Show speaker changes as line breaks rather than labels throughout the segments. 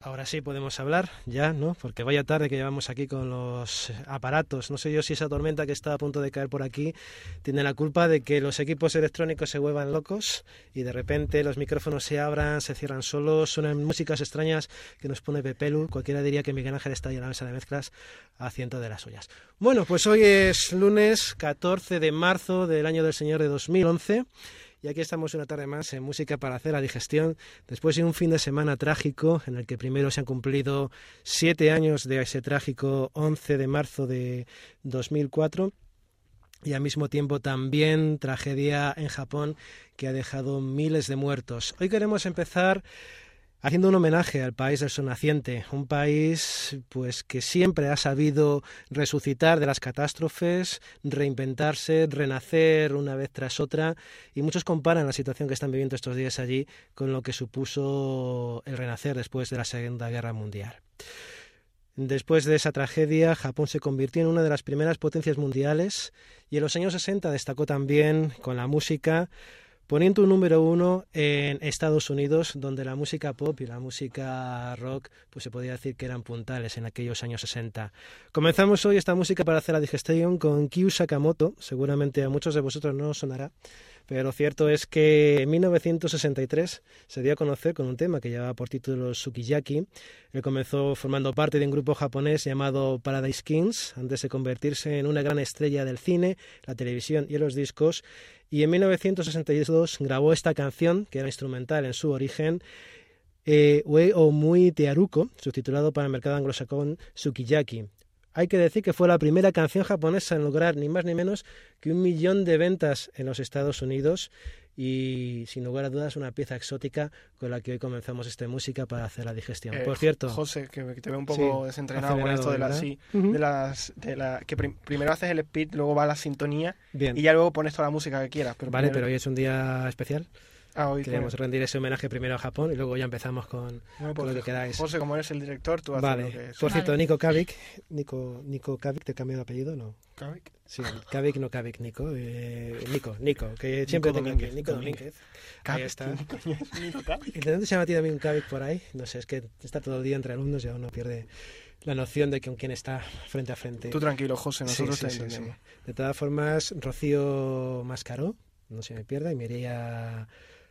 Ahora sí podemos hablar, ya, ¿no? Porque vaya tarde que llevamos aquí con los aparatos. No sé yo si esa tormenta que está a punto de caer por aquí tiene la culpa de que los equipos electrónicos se vuelvan locos y de repente los micrófonos se abran, se cierran solos, suenan músicas extrañas que nos pone Pepelu. Cualquiera diría que Miguel Ángel está ahí en la mesa de mezclas haciendo de las suyas. Bueno, pues hoy es lunes 14 de marzo del año del Señor de 2011. Y aquí estamos una tarde más en Música para hacer la digestión, después de un fin de semana trágico, en el que primero se han cumplido siete años de ese trágico 11 de marzo de 2004, y al mismo tiempo también tragedia en Japón que ha dejado miles de muertos. Hoy queremos empezar haciendo un homenaje al país del sol naciente, un país pues que siempre ha sabido resucitar de las catástrofes, reinventarse, renacer una vez tras otra y muchos comparan la situación que están viviendo estos días allí con lo que supuso el renacer después de la Segunda Guerra Mundial. Después de esa tragedia, Japón se convirtió en una de las primeras potencias mundiales y en los años 60 destacó también con la música poniendo un número uno en Estados Unidos, donde la música pop y la música rock, pues se podía decir que eran puntales en aquellos años 60. Comenzamos hoy esta música para hacer la digestión con Kyu Sakamoto, seguramente a muchos de vosotros no os sonará, pero cierto es que en 1963 se dio a conocer con un tema que llevaba por título Sukiyaki. Él comenzó formando parte de un grupo japonés llamado Paradise Kings, antes de convertirse en una gran estrella del cine, la televisión y los discos. Y en 1962 grabó esta canción, que era instrumental en su origen, eh, Ue o Muy Tearuko, subtitulado para el mercado anglosajón Sukiyaki. Hay que decir que fue la primera canción japonesa en lograr ni más ni menos que un millón de ventas en los Estados Unidos y sin lugar a dudas una pieza exótica con la que hoy comenzamos esta música para hacer la digestión.
Eh,
Por cierto,
José, que te veo un poco
Sí,
desentrenado con
acelerado,
esto de, la,
¿verdad?
sí,
Ujú.
de las de la que prim- primero haces el speed, luego va la sintonía
bien,
y ya luego pones toda la música que quieras. Pero
vale, pero
primero-
hoy es un día especial.
Ah, hoy
Queremos
pone-
rendir ese homenaje primero a Japón y luego ya empezamos con,
bueno,
con
pues,
lo que queráis.
José, como eres el director, tú haces lo que
Vale,
es.
por cierto, Nico Kavik, Nico, Nico Kavik, ¿te cambio de apellido no? Sí, Kavik no Kavik, Nico, eh, Nico, Nico, que siempre
Nico
tengo
Domínguez,
aquí, Nico Domínguez.
Domínguez.
Ahí está.
¿Quién coño es Nico Kavic?
¿Y de dónde se llama a ti también un Kavik por ahí? No sé, es que está todo el día entre alumnos y uno pierde la noción de con quién está frente a frente.
Tú tranquilo, José,
Sí,
nosotros
sí,
te
sí,
entendemos.
sí. De todas formas, Rocío Mascaró, no se me pierda, y Mireia...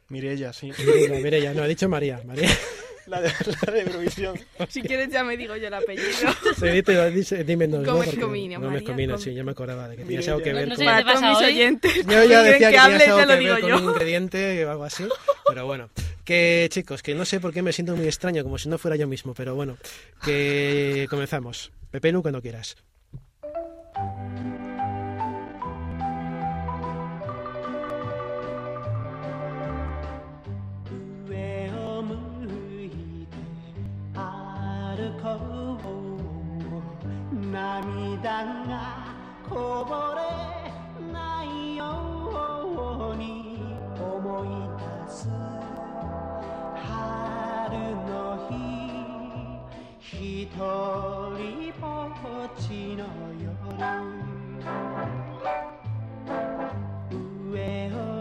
Mirella, sí.
Mireia, Mireia, no, ha dicho María, María.
La de, la de Eurovisión.
Si quieres ya me digo yo el apellido.
Sí, te dice, dime no,
Gómez
porque-
Comino,
Gómez
María
Comino,
Gómez.
sí, yo me acordaba de que tenías algo que
Mireia.
ver
No
con...
sé,
Para
te pasa
todos mis
hoy?
oyentes.
Yo ya
Dicen
decía que,
hable,
tenías algo
ya lo
que
digo
ver con un
yo.
ingrediente o algo así, pero bueno. Que chicos, que no sé por qué me siento muy extraño, como si no fuera yo mismo, pero bueno, que comenzamos. Pepe Lu, cuando quieras.
「上を向いて歩こう」「涙がこぼれないように思い出す」「春の日ひとりぼっちの夜」「上を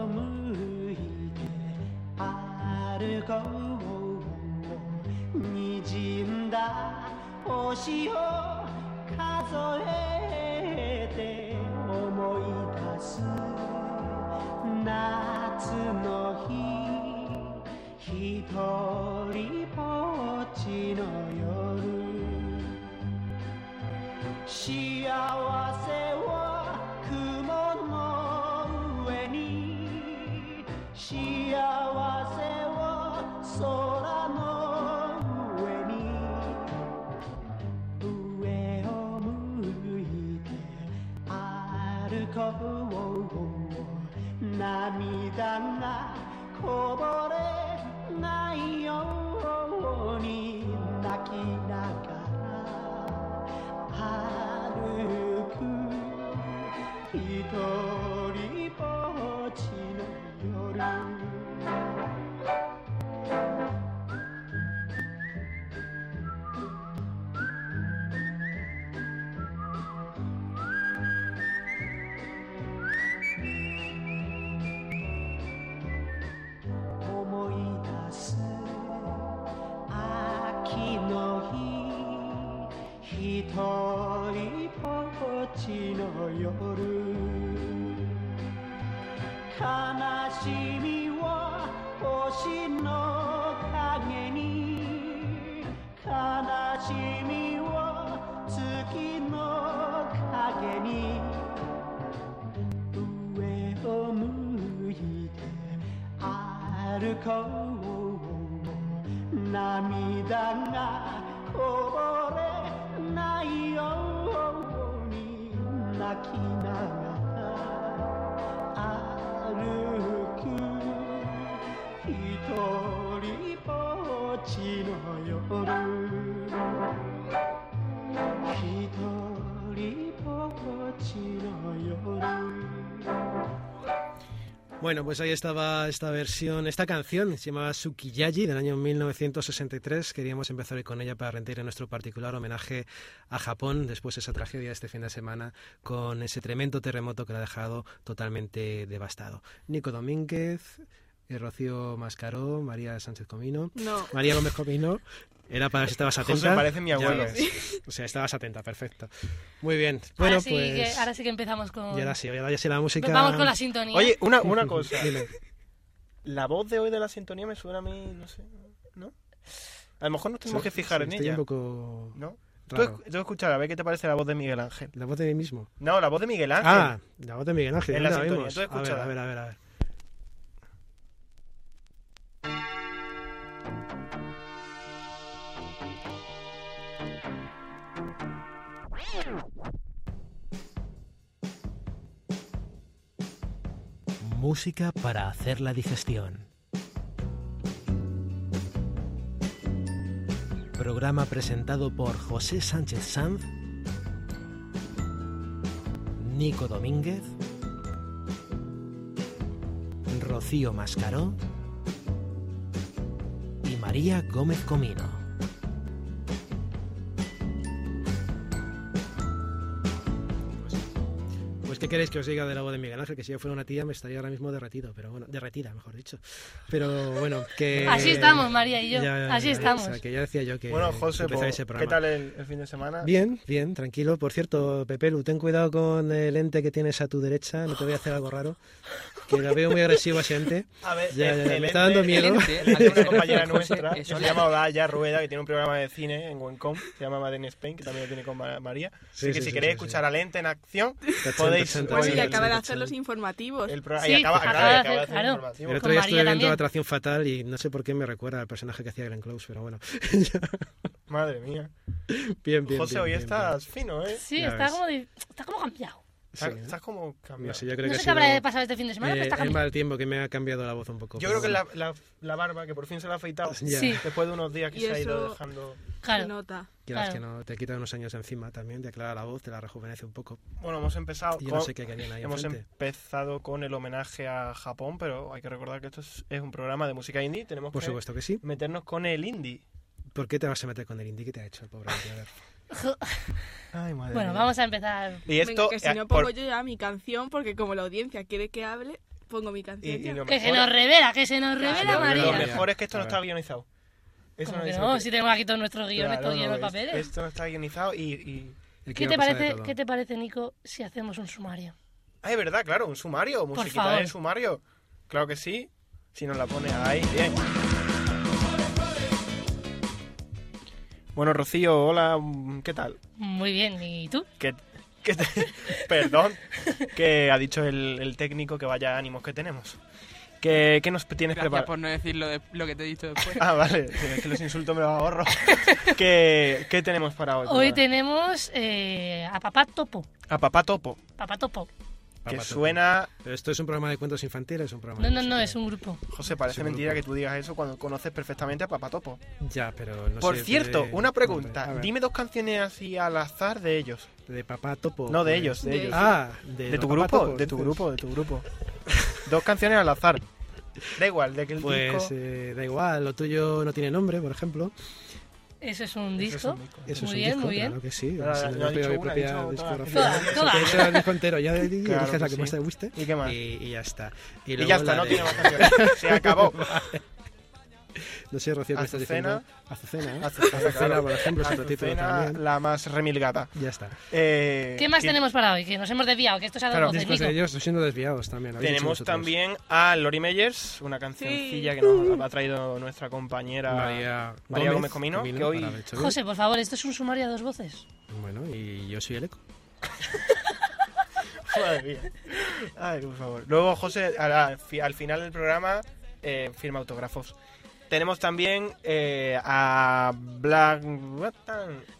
向いて」歩こうにじんだ星を数えて思い出す夏の日ひとりぼっちの夜幸せは雲の上に幸せは空の上に上を向いて歩こう涙がこぼれないように泣きながら歩くひとりぼっちの夜思い出す秋の一人ぽっちの夜悲しみは星の影に悲しみは月の影に上を向いて歩こう涙がこぼれないように泣きながら歩く一人ぼっちの夜一人ぼっちの夜
Bueno, pues ahí estaba esta versión, esta canción, se llamaba Tsukiyaji del año 1963. Queríamos empezar hoy con ella para rendir nuestro particular homenaje a Japón después de esa tragedia de este fin de semana con ese tremendo terremoto que la ha dejado totalmente devastado. Nico Domínguez, eh, Rocío Mascaró, María Sánchez Comino,
No.
María Gómez Comino. Era para ver si estabas atenta.
José parece mi
Ya
abuelo.
ves. O sea, estabas atenta, perfecto. Muy bien. Bueno,
ahora, sí
pues.
que, ahora sí que empezamos con.
Y ahora sí, ahora ya sí la música.
Vamos con la sintonía.
Oye, una, una cosa.
Dime.
La voz de hoy de la sintonía me suena a mí, no sé, ¿no? A lo mejor nos tenemos que fijar
Sí,
en
estoy
ella.
un poco
¿No? Tú,
raro.
esc- tú escuchar a ver qué te parece la voz de Miguel Ángel.
La voz de mí mismo.
No, la voz de Miguel Ángel.
Ah, la voz de Miguel Ángel.
En la
¿dónde
sintonía,
vimos? a
tú
ver,
escúchala.
a ver, a ver, a ver. Música para hacer la digestión. Programa presentado por José Sánchez Sanz Nico Domínguez, Rocío Mascaró y María Gómez Comino. Pues qué queréis que os diga de la voz de Miguel Ángel, que si yo fuera una tía me estaría ahora mismo derretido, pero bueno, derretida, mejor dicho. Pero bueno, que
Así estamos, María y yo.
Ya, ya,
Así
ya,
estamos.
O sea, que ya decía yo que
bueno, José,
empezaba
pues,
ese
¿qué
programa.
tal el, el fin de semana?
Bien, bien, tranquilo. Por cierto, Pepelu, ten cuidado con el ente que tienes a tu derecha. No te voy a hacer algo raro. Que lo veo muy agresivo ese ente.
A ver,
Ya,
el-
ya, ya,
el
me está dando
ente-
miedo.
el ente- Hay una compañera
José,
nuestra que
eso
se
le-
llama Odaya Rueda, que tiene un programa de cine en Wencom, se llama Madden Spain, que también lo tiene con Ma- María.
Sí,
Así que
sí,
si
sí,
queréis
sí, sí.
escuchar al ente en acción,
Tachán,
podéis-
tachán,
Bueno,
Bueno,
tachán,
y
sí,
acaba de
tachán.
hacer los informativos.
el programa...
Sí,
y acaba,
pues
acaba-
acaba de
acaba de
hacer,
hacer
claro.
informativo.
El otro
Con
día
María
estuve viendo
también.
Atracción Fatal y no sé por qué me recuerda al personaje que hacía Glenn Close, pero bueno.
Madre mía.
Bien, bien.
José,
bien,
hoy
bien,
estás fino, ¿eh?
Sí,
Ya
está
ves.
como, de- está como cambiado.
bien.
Estás,
Sí, ¿eh?
estás como cambiado.
No sé, yo creo
No
que
sé
ha
qué habrá
sido,
pasado este fin de semana, pero
eh,
está
el
cambiado.
mal tiempo que me ha cambiado la voz un poco.
Yo
pero
creo que
bueno.
la, la, la barba, que por fin se la ha afeitado,
Ya,
Sí.
después de unos días que
Y
se ha ido
eso-
dejando...
Se
Claro.
nota.
Quieras que
claro.
no, te quita unos años encima también, te aclara la voz, te la rejuvenece un poco.
Bueno, hemos empezado
Y yo
con...
no sé qué querían ahí
Hemos
enfrente.
empezado con el homenaje a Japón, pero hay que recordar que esto es, es un programa de música indie. Tenemos
Por
que
supuesto que sí.
meternos con el indie.
¿Por qué te vas a meter con el indie? ¿Qué te ha hecho el pobre? hombre? A ver.
Ay, madre
Bueno, vamos a empezar.
Y esto
Venga, que si
eh,
no
por-
pongo yo ya mi canción, porque como la audiencia quiere que hable, pongo mi
y-
canción.
y
ya.
lo
Que se
mejor- Ah,
nos revela, que se nos revela
no,
Lo
no,
María.
mejor es que esto
A
no
ver.
está guionizado. Eso
Como
no
que
es-
no, si tenemos aquí todos nuestros guiones,
Claro,
todos llenos de
no, es-
papeles.
Esto no está guionizado y... y-
Aquí
¿Qué
va
te,
a pasar de
parece,
todo.
¿Qué te parece, Nico, si hacemos un sumario?
Ah, es verdad, claro, un sumario, musiquita
favor.
del sumario. Claro que sí, si nos la pones ahí, bien. Bueno, Rocío, hola, mm, ¿qué tal?
Muy bien, ¿y tú?
Que, que te- perdón, que ha dicho el, el técnico que vaya ánimos que tenemos. ¿Qué, qué nos tienes
Gracias
preparado?
por no decir lo, de- lo que te he dicho después.
Ah, vale, sí, es que los insultos me los ahorro. ¿Qué, qué tenemos para hoy?
Hoy tenemos eh, a Papá Topo.
A Papá Topo,
Papá Topo.
que
Papá Topo.
suena...
Pero esto es un programa de cuentos infantiles, es un programa.
No,
de
no, no,
música?
es un grupo.
José, parece
Sí,
mentira
grupo.
que tú digas eso cuando conoces perfectamente a Papá Topo.
Ya, pero no
Por
sé,
cierto,
puede-
una
A
pregunta.
ver,
Dime dos canciones así al azar de ellos.
De papá topo.
No, de
pues.
ellos, de
De
ellos.
ellos.
Ah, de,
de
los
tu
Papá
grupo,
Topos,
de tu
dices.
grupo, de tu grupo. Dos canciones al azar. Da igual, de que el
Pues
disco...
eh, da igual, lo tuyo no tiene nombre, por ejemplo.
Eso es un
Eso es
disco.
un disco.
Eso
Muy
es un
bien,
disco,
muy bien.
claro que sí.
Ahora,
Si
Ah, no
yo
ha
pido
dicho
mi
una, ha
propia
dicho otra.
discografía.
Toda, toda.
Te he hecho el disco entero, ya de- y
Claro
eliges la
que
que más
sí.
te guste.
¿Y qué más?
Y, y ya está.
Y
luego
ya está,
la
no
de-
tiene más canciones. Se acabó.
No sé, Rocío, ¿qué estás
Azucena.
diciendo? Azucena. ¿eh?
Azucena,
Azucena,
claro.
por ejemplo, es otro título
Azucena,
también.
la más remilgada.
Ya está.
Eh,
¿Qué más
que-
tenemos para hoy? Que nos hemos desviado, que esto se ha
Claro.
dado voces,
Después de
Nico.
ellos, siendo desviados también. habéis dicho
Tenemos
vosotros.
también a Lori Meyers, una cancioncilla que nos ha traído nuestra compañera
María,
María Gómez Comino, que hoy-
para Bechtel.
José, por favor, esto es un sumario a dos voces.
Bueno, y yo soy el eco.
Madre mía. Ay, por favor. Luego, José, a la- fi- al, final del programa, eh, firma autógrafos. Tenemos también eh, a Black.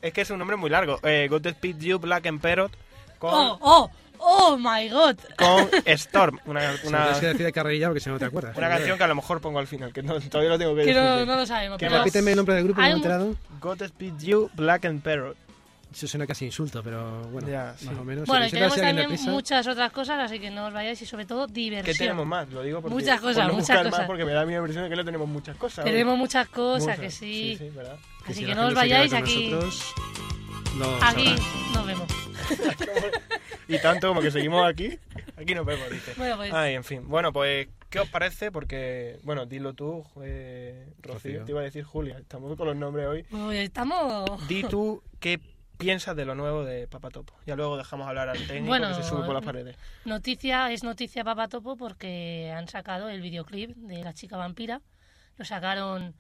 Es que es un nombre muy largo. Eh, God Speed You, Black Emperor. Con,
¡Oh, oh, oh my god!
con Storm. Una,
Una...
una,
Tienes que decir de carrerilla porque si no te acuerdas.
una canción que a lo mejor pongo al final, que no- todavía lo tengo que
Que
decir.
no, no lo sabemos,
¿Qué
pero...
más?
Repíteme el nombre del grupo, no me he
Hay un-
enterado.
God Speed You, Black Emperor.
Eso suena casi insulto, pero Ah, bueno,
Ya,
más
sí.
o menos.
Bueno, y tenemos
Insultar si alguien
también
le pisa.
muchas otras cosas, así que no os vayáis y sobre todo
¿Qué
diversión.
tenemos más? Lo digo porque.
Muchas
por
cosas,
no
muchas
buscar más
cosas.
porque me da mi impresión de que no tenemos muchas cosas.
Tenemos muchas cosas,
Muchas.
que sí.
sí, ¿verdad?
si
Así
la
que
gente
no os
se queda
vayáis
con
aquí.
nosotros, lo
Aquí
sabrá.
nos vemos.
Y tanto como que seguimos aquí, aquí nos vemos, dice.
Bueno, pues
Ay, en fin. Bueno, pues, ¿qué os parece? Porque, bueno, dilo tú, eh, Rocío.
Rocío.
Te iba a decir Julia. Estamos con los nombres hoy.
uy, estamos...
Di tú qué piensas de lo nuevo de Papatopo. Ya luego dejamos hablar al técnico
Bueno,
que se sube por las paredes.
Noticia, es noticia Papatopo porque han sacado el videoclip de La chica vampira. Lo sacaron...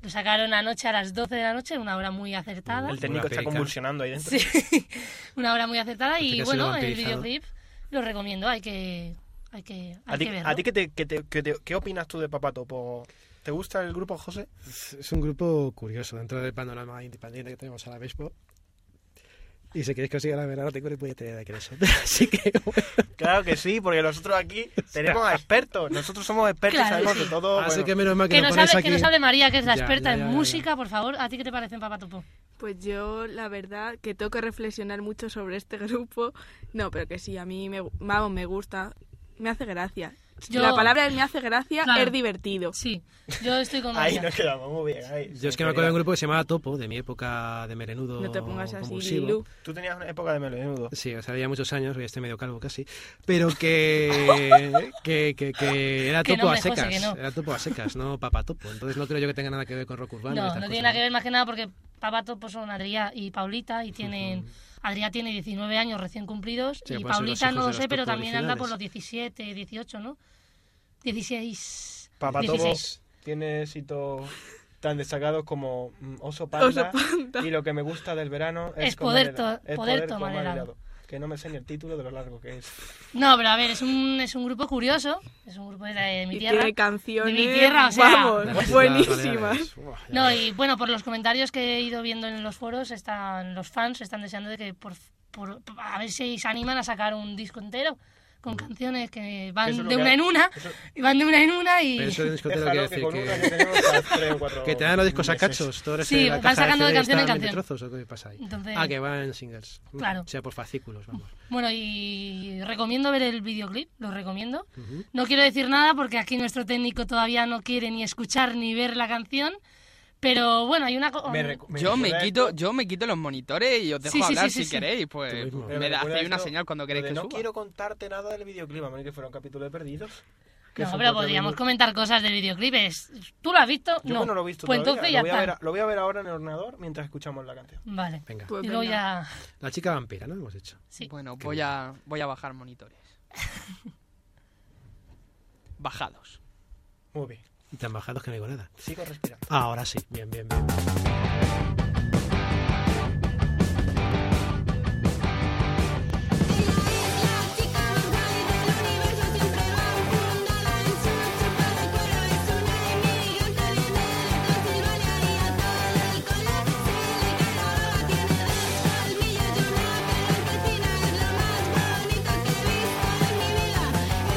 Lo sacaron anoche a las 12 de la noche, una hora muy acertada.
El técnico está
perica.
convulsionando ahí dentro.
Sí, una hora muy acertada
Parece
y
Pues que ha sido
bueno, el
vampirizado.
videoclip lo recomiendo, hay que, hay que, hay
¿A ti,
que verlo.
a ti qué, te- qué te- qué te- qué opinas tú de Papatopo? ¿Te gusta el grupo, José?
Es un grupo curioso dentro del panorama independiente que tenemos ahora mismo. Y si queréis que os siga la verdad, no tengo ni puñetera idea de quiénes son. Así que, bueno.
Claro que sí, porque nosotros aquí tenemos a expertos. Nosotros somos expertos,
Claro que
sabemos de
sí.
todo.
Así
bueno.
Ah, que menos mal que,
que,
nos
nos
pones
hable,
aquí.
que nos hable María, que es la
Ya,
experta
ya, ya,
en
ya.
música, por favor. ¿A ti qué te parece en Papatopo?
Pues yo, la verdad, que tengo que reflexionar mucho sobre este grupo. No, pero que sí, a mí me, vamos, me gusta. Me hace gracia.
Yo-
La palabra es me hace gracia
Claro.
es divertido.
Sí, yo estoy con
Ahí
María.
nos quedamos muy bien. ahí,
Yo es que me acuerdo de un grupo que se llamaba Topo, de mi época de merenudo.
No te pongas así,
convulsivo.
Lilu.
Tú tenías una época de menudo.
Sí, o sea, había muchos años, hoy estoy medio calvo casi, pero que, que, que, que era
Que
topo
no,
a
hombre, José,
secas,
que no.
era topo a secas, no papa topo, entonces no creo yo que tenga nada que ver con rock urbano. y
No,
estas
no tiene
cosas,
nada que ver más que nada porque Papatopo son Adrià y Paulita y tienen... Adrià tiene 19 años recién cumplidos
Sí,
y
pueden ser los
Paulita
hijos
no lo
de los
sé, pero
Topo
también anda
originales.
por los 17, 18, ¿no? 16...
Papatopo
16.
tiene éxitos tan destacados como mm, Oso Panda,
Oso Panda.
y lo que me gusta del verano es,
Es poder
comer hela-
to- poder
comer
tomar
helado.
helado.
Que no me sé ni el título de lo largo que es.
No, pero a ver, es un, es un grupo curioso, es un grupo de, de mi
Y
tierra.
tiene canciones.
De mi tierra, o sea.
De las
Vamos,
Islas
buenísimas.
Pues,
Baleares. Buah, ya
No,
ves.
y bueno, por los comentarios que he ido viendo en los foros, están los fans están deseando de que por, por- a ver si se animan a sacar un disco entero con canciones que
Que
van
Mm. eso es lo
de
que
una
ha-
en una,
Eso-
y van de una en una y
Pero eso de discotero
déjalo
quiere
que
decir
con una que
que,
tenemos a tres o cuatro
que te dan los discos a
meses.
cachos, todo
Sí, van sacando de canción en canción.
trozos o qué pasa ahí.
entonces
Ah, que van en singles. Mm,
Claro.
O sea, por fascículos, vamos.
bueno, y recomiendo ver el videoclip, lo recomiendo.
Ujú.
No quiero decir nada porque aquí nuestro técnico todavía no quiere ni escuchar ni ver la canción, pero bueno, hay una co- um,
Me recu-
Yo me
recuerda
quito,
esto-
yo me quito los monitores y os dejo
Sí, sí, sí,
hablar
sí,
si
sí.
queréis,
Tú
pues
mismo.
me
recuerda
hacéis una
esto,
señal cuando
lo de
queréis que
No
suba.
quiero contarte nada del videoclip, a menos que fuera un capítulo de Perdidos. que
No,
son
pero
cuatro
podríamos
minutos.
comentar cosas del videoclip. es- ¿Tú lo has visto?
Yo que no lo he visto
Pues
todavía.
entonces
lo,
ya
voy
está.
a ver, lo voy a ver ahora en el ordenador mientras escuchamos la canción.
Vale.
Venga.
Pues
y luego
venga.
ya...
La chica vampira, ¿no? Hemos dicho.
Sí.
Bueno, voy a, voy a bajar monitores. Bajados.
Muy bien.
Y tan bajados que no digo nada. Ah,
Sigo respirando.
Ahora sí, bien, bien, bien.
Thank you.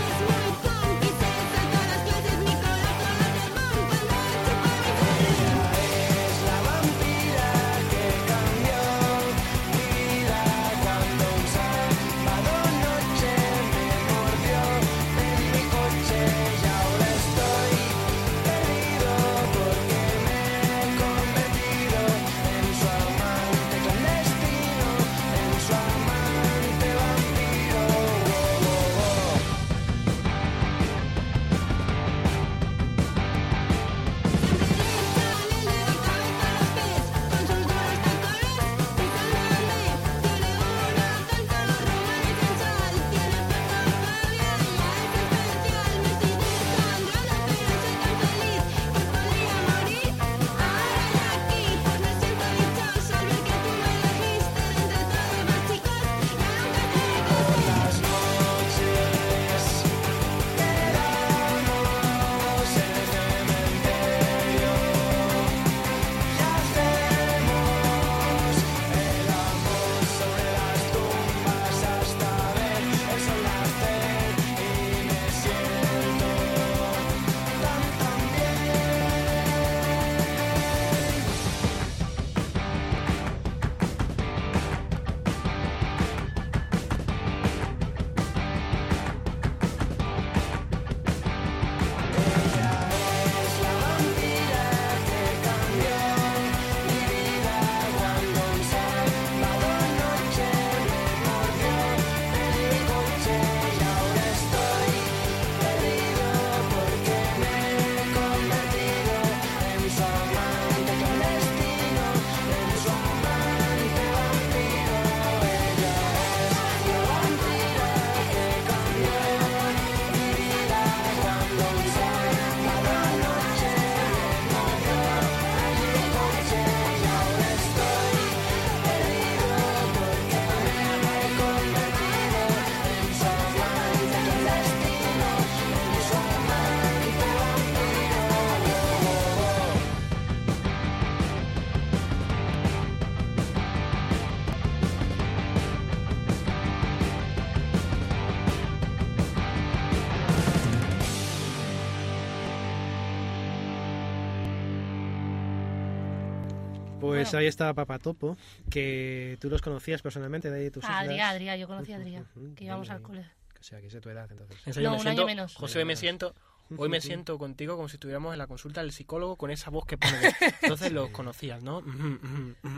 Pues ahí estaba Papatopo, que tú los conocías personalmente, de ahí tus
A Ah, Adrián,
islas.
Adrián, yo conocí a Adrián,
Ujú,
que íbamos
bien,
al
bien.
colegio.
O sea, que es de tu edad, entonces.
En
No,
me
un año
siento,
menos.
José, hoy me siento, hoy me siento contigo como si estuviéramos en la consulta del psicólogo con esa voz que pones. Entonces los conocías, ¿no? Ah,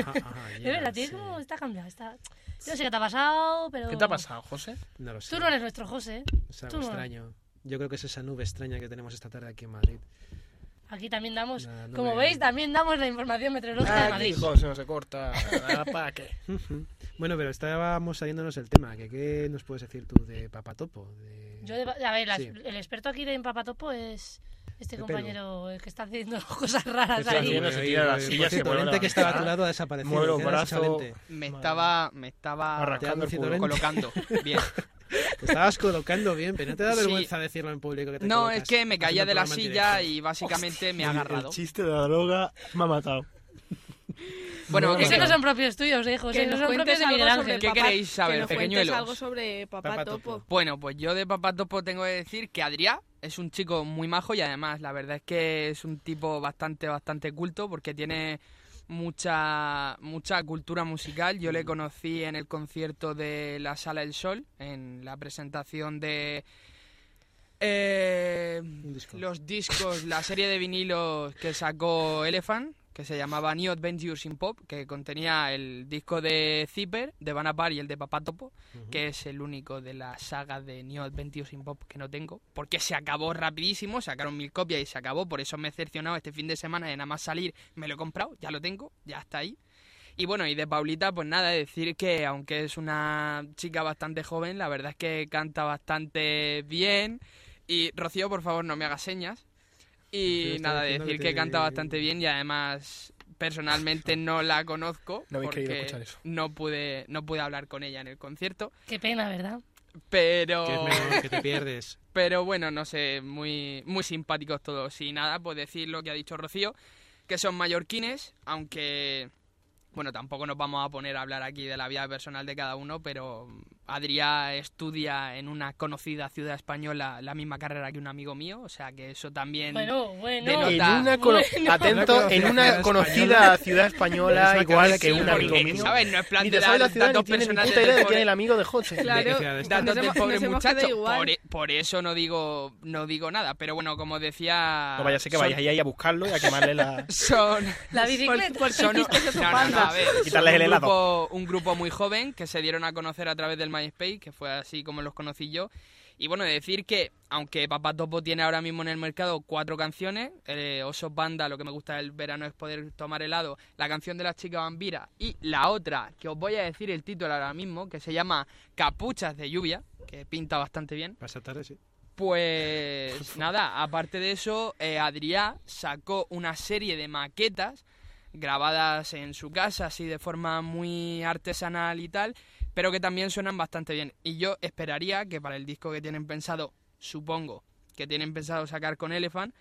Ajá, ajá,
Es
ya,
verdad, tienes
sí.
como... Está cambiado, está... Yo no sé qué te ha pasado, pero...
¿Qué te ha pasado, José?
No lo sé.
Tú no eres nuestro José. ¿eh?
Es algo
tú no.
extraño. Yo creo que es esa nube extraña que tenemos esta tarde aquí en Madrid.
Aquí también damos...
Nada, no
como
me-
veis, también damos la información meteorológica de
Ah,
Madrid.
José no se corta. ¿Para qué?
Bueno, pero estábamos saliéndonos del tema. que ¿Qué nos puedes decir tú de Papatopo? De...
Yo, de- a ver, las-
Sí.
el experto aquí de Empapatopo es este
El
compañero el que está haciendo cosas raras
Está
ahí.
haciendo- se tira a la silla,
por
se
cierto,
mueve
Lente
la
que estaba a tu
cabeza,
lado ha desaparecido.
ah, mueve los
¿Qué era eso,
brazos.
Lente?
Me
Madre
estaba, me estaba
Arrancando
el culo.
colocando. Bien.
Te estabas colocando bien, pero ¿no te da
Sí.
vergüenza decirlo en público? Que te
No,
colocas
es que me caía
haciendo
de la
programa en
silla
directo?
y básicamente me ha agarrado.
chiste de la droga me ha matado.
Eh, Bueno,
Es que
¿qué-
no son propios tuyos, eh, José,
Que
no
nos
son propios
cuentes
de
algo
Miguel
sobre
Ángel.
¿Qué
papá-
queréis saber,
que nos cuentes
pequeñuelos?
algo sobre Papá,
Papá
Topo.
Topo.
Bueno, pues yo de Papá Topo tengo que decir que Adrián es un chico muy majo y además la verdad es que es un tipo bastante, bastante culto porque tiene mucha, mucha cultura musical. Yo le conocí en el concierto de la Sala del Sol, en la presentación de... eh,
Un disco.
los discos, la serie de vinilos que sacó Elephant, que se llamaba New Adventures in Pop, que contenía el disco de Zipper, de Vanapar y el de Papatopo, que es el único de la saga de New Adventures in Pop que no tengo, porque se acabó rapidísimo, sacaron mil copias y se acabó, por eso me he decepcionado este fin de semana de nada más salir, me lo he comprado, ya lo tengo, ya está ahí. Y bueno, y de Paulita, pues nada, decir que aunque es una chica bastante joven, la verdad es que canta bastante bien. Y Rocío, por favor, no me hagas señas.
Rocío
Y
está
nada,
diciendo
decir
que
que
tiene-
canta bastante bien y además personalmente no la conozco
No habéis querido
porque
escuchar eso.
no pude no pude hablar con ella en el concierto,
Qué pena, ¿verdad?
Que,
pero
es mejor, que te pierdes.
pero bueno, no sé, muy, muy simpáticos todos. Y nada, pues decir lo que ha dicho Rocío, que son mallorquines, aunque, bueno, tampoco nos vamos a poner a hablar aquí de la vida personal de cada uno, pero Adrián estudia en una conocida ciudad española la misma carrera que un amigo mío, o sea que eso también...
Bueno, bueno.
de
En
nota.
una cono-
Bueno.
atento, en una conocida ciudad española,
Pero es una
igual que
cabeza,
un
porque,
amigo mío.
¿Sabes? No es plan
Ni
de
te sabe
dar
la ciudad ni
datos
tiene ni
personales
puta idea
del
de quién
pobre-
es el amigo de José.
¿De qué
Claro,
ciudad está?
datos
nos
del
hemos-
pobre
nos hemos quedado
muchacho.
igual.
Por, e- por eso no digo, no digo nada, pero bueno, como decía...
No Ah, vaya a ser que
son-
vayas ahí ahí a buscarlo y a quemarle la...
Son...
La bicicleta.
Son- no, no, no, a ver, son
Quitarles el
un
helado.
grupo, un grupo muy joven que se dieron a conocer a través del MySpace, que fue así como los conocí yo. Y bueno, decir que, aunque Papá Topo tiene ahora mismo en el mercado cuatro canciones, eh, Osos Banda, lo que me gusta del verano es poder tomar helado, la canción de las chicas vampiras y la otra, que os voy a decir el título ahora mismo, que se llama Capuchas de lluvia, que pinta bastante bien.
Pasa tarde, sí.
Pues nada, aparte de eso, eh, Adrià sacó una serie de maquetas grabadas en su casa, así de forma muy artesanal y tal, pero que también suenan bastante bien. Y yo esperaría que para el disco que tienen pensado, supongo que tienen pensado sacar con Elephant,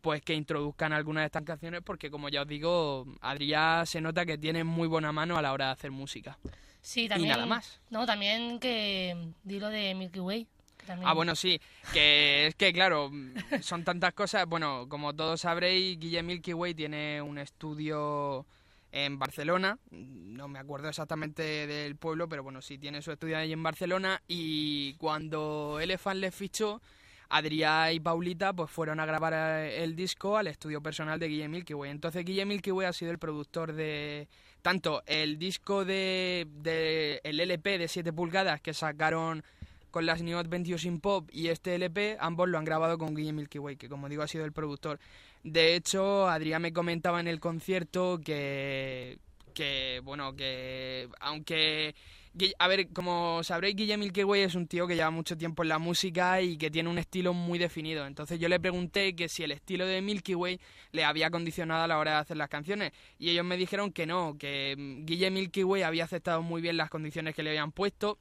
pues que introduzcan algunas de estas canciones, porque como ya os digo, Adrià se nota que tiene muy buena mano a la hora de hacer música.
Sí, también.
nada más.
No, también que. Dilo de Milky Way. que también-
Ah, bueno, sí, que es que, claro, mm, son tantas cosas. Bueno, como todos sabréis, Guille Milky Way tiene un estudio en Barcelona. No me acuerdo exactamente del pueblo, pero bueno, sí tiene su estudio ahí en Barcelona. Y cuando Elephant le fichó, Adrià y Paulita pues fueron a grabar eh, el disco al estudio personal de Guille Milky Way. Entonces, Guille Milky Way ha sido el productor de, tanto el disco de, de- el LP de 7 pulgadas que sacaron con las New Adventures in Pop y este LP, ambos lo han grabado con Guille Milky Way, que como digo ha sido el productor. De hecho, Adrián me comentaba en el concierto que que bueno, que aunque Gui- a ver, como sabréis, Guille Milky Way es un tío que lleva mucho tiempo en la música y que tiene un estilo muy definido. Entonces yo le pregunté que si el estilo de Milky Way le había condicionado a la hora de hacer las canciones. Y ellos me dijeron que no, que mm, Guille Milky Way había aceptado muy bien las condiciones que le habían puesto.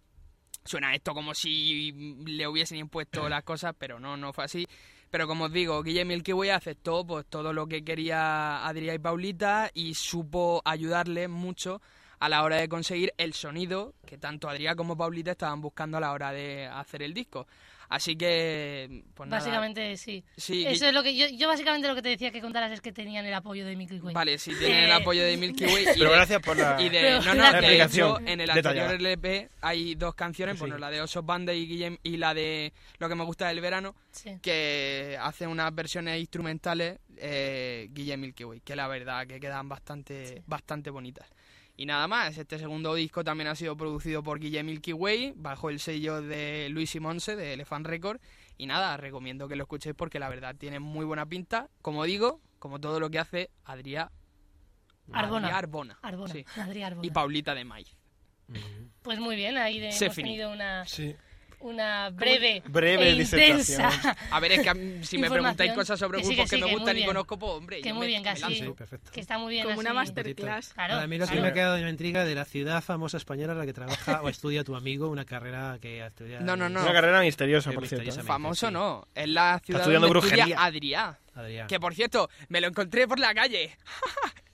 Suena esto como si mm, le hubiesen impuesto las cosas, pero no, no fue así. Pero como os digo, Guille Milky Way aceptó pues, todo lo que quería Adrián y Paulita y supo ayudarle mucho a la hora de conseguir el sonido que tanto Adrián como Paulita estaban buscando a la hora de hacer el disco. Así que, pues nada.
Básicamente sí.
Sí,
Eso
Gui-
es lo que yo, yo básicamente lo que te decía que contaras es que tenían el apoyo de Mickey Way.
Vale, sí, tienen el
Eh,
apoyo de Milky Way. y
Pero
de-
gracias por la...
Y de,
Pero
no, no,
gracias.
de hecho,
Explicación
en el
detallada.
anterior LP hay dos canciones,
Sí.
bueno, la de Osos Banda y Guillem y la de Lo que me gusta del verano,
Sí.
que hace unas versiones instrumentales eh, Guillem Milky Way, que la verdad que quedan bastante, bastante bonitas. Y nada más, este segundo disco también ha sido producido por Guillem Milky Way, bajo el sello de Luis y Monse, de Elephant Record. Y nada, recomiendo que lo escuchéis porque la verdad tiene muy buena pinta, como digo, como todo lo que hace Adrián
Arbona.
Adrià Arbona.
Arbona,
Sí.
Adri Arbona.
Y Paulita de Maíz.
Pues muy bien, ahí de-
Se
hemos
finí.
tenido una,
Sí.
una breve,
Breve
e
disertación.
intensa.
A ver, es que a mí, si me
Información.
preguntáis cosas sobre
Que sí,
grupos
que
que,
sí,
me
que
gustan
muy
y
bien.
conozco, pues hombre,
Que
yo
muy
me-
bien,
me
casi.
lanzo.
Sí,
Sí.
perfecto.
Que está muy bien.
Como una
así.
masterclass.
Claro.
a mí lo que
claro.
me ha quedado en la intriga de la ciudad famosa española en la que trabaja o estudia tu amigo, una carrera que estudia.
No, no, no.
Una carrera misteriosa,
Sí,
por cierto. ¿eh?
misteriosa.
Famoso
Sí.
no, es la ciudad
estudiando
donde estudia
brujería.
Adrià.
Adrián.
Que por cierto, me lo encontré por la calle.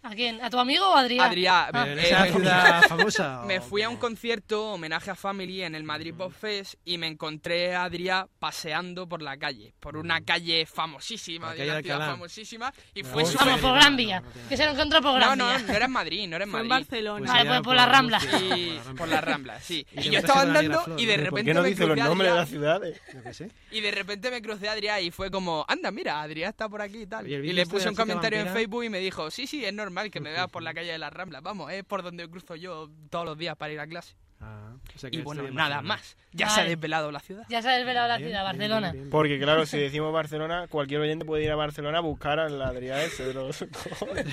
¿A quién? ¿A tu amigo o a Adrián?
Adrià,
Pero Ah, en
eh,
esa
eh,
ciudad famosa.
me
¿o
fui a un
qué?
concierto homenaje a Family en el Madrid Pop Fest y me encontré a Adrià paseando por la calle, por una calle famosísima,
Mm. La
de
calle
una
de
ciudad
Alcalá.
famosísima y
No,
fue
no,
súper...
Vamos, por Gran Vía. Que se lo encontró por
No,
Gran
no,
Vía.
no era en Madrid, no era en
Fue en
Madrid.
Barcelona.
Vale,
ya
pues por
por
la
la
Rambla.
Murcia.
Y por la Rambla, sí.
Y
Y
te
yo
encontraste
estaba
con la
andando
Miraflor,
y de
¿no? ¿Por
¿Por
repente
qué no
me
dice los
crucé a
nombres de
Adrià.
las ciudades?
Yo qué sé.
Y de repente me crucé a Adrián y fue como, anda, mira, Adrián está por aquí y tal.
Oye, el
Y
vídeo
le
este de
puse
la
un
chica
comentario en
vampira.
Facebook y me dijo, sí, sí, es normal que me veas por la calle de las Ramblas. Vamos, es por donde cruzo yo todos los días para ir a clase.
Ah, o sea que
Y
estudia
bueno,
en
nada
Barcelona.
más. Ya se
Vale.
ha desvelado la ciudad.
Ya se ha desvelado la
Bien,
ciudad,
bien, bien,
Barcelona.
bien.
Porque claro, si decimos Barcelona, cualquier oyente puede ir a Barcelona a buscar al Adrián ese de los...
Oye,
Hombre,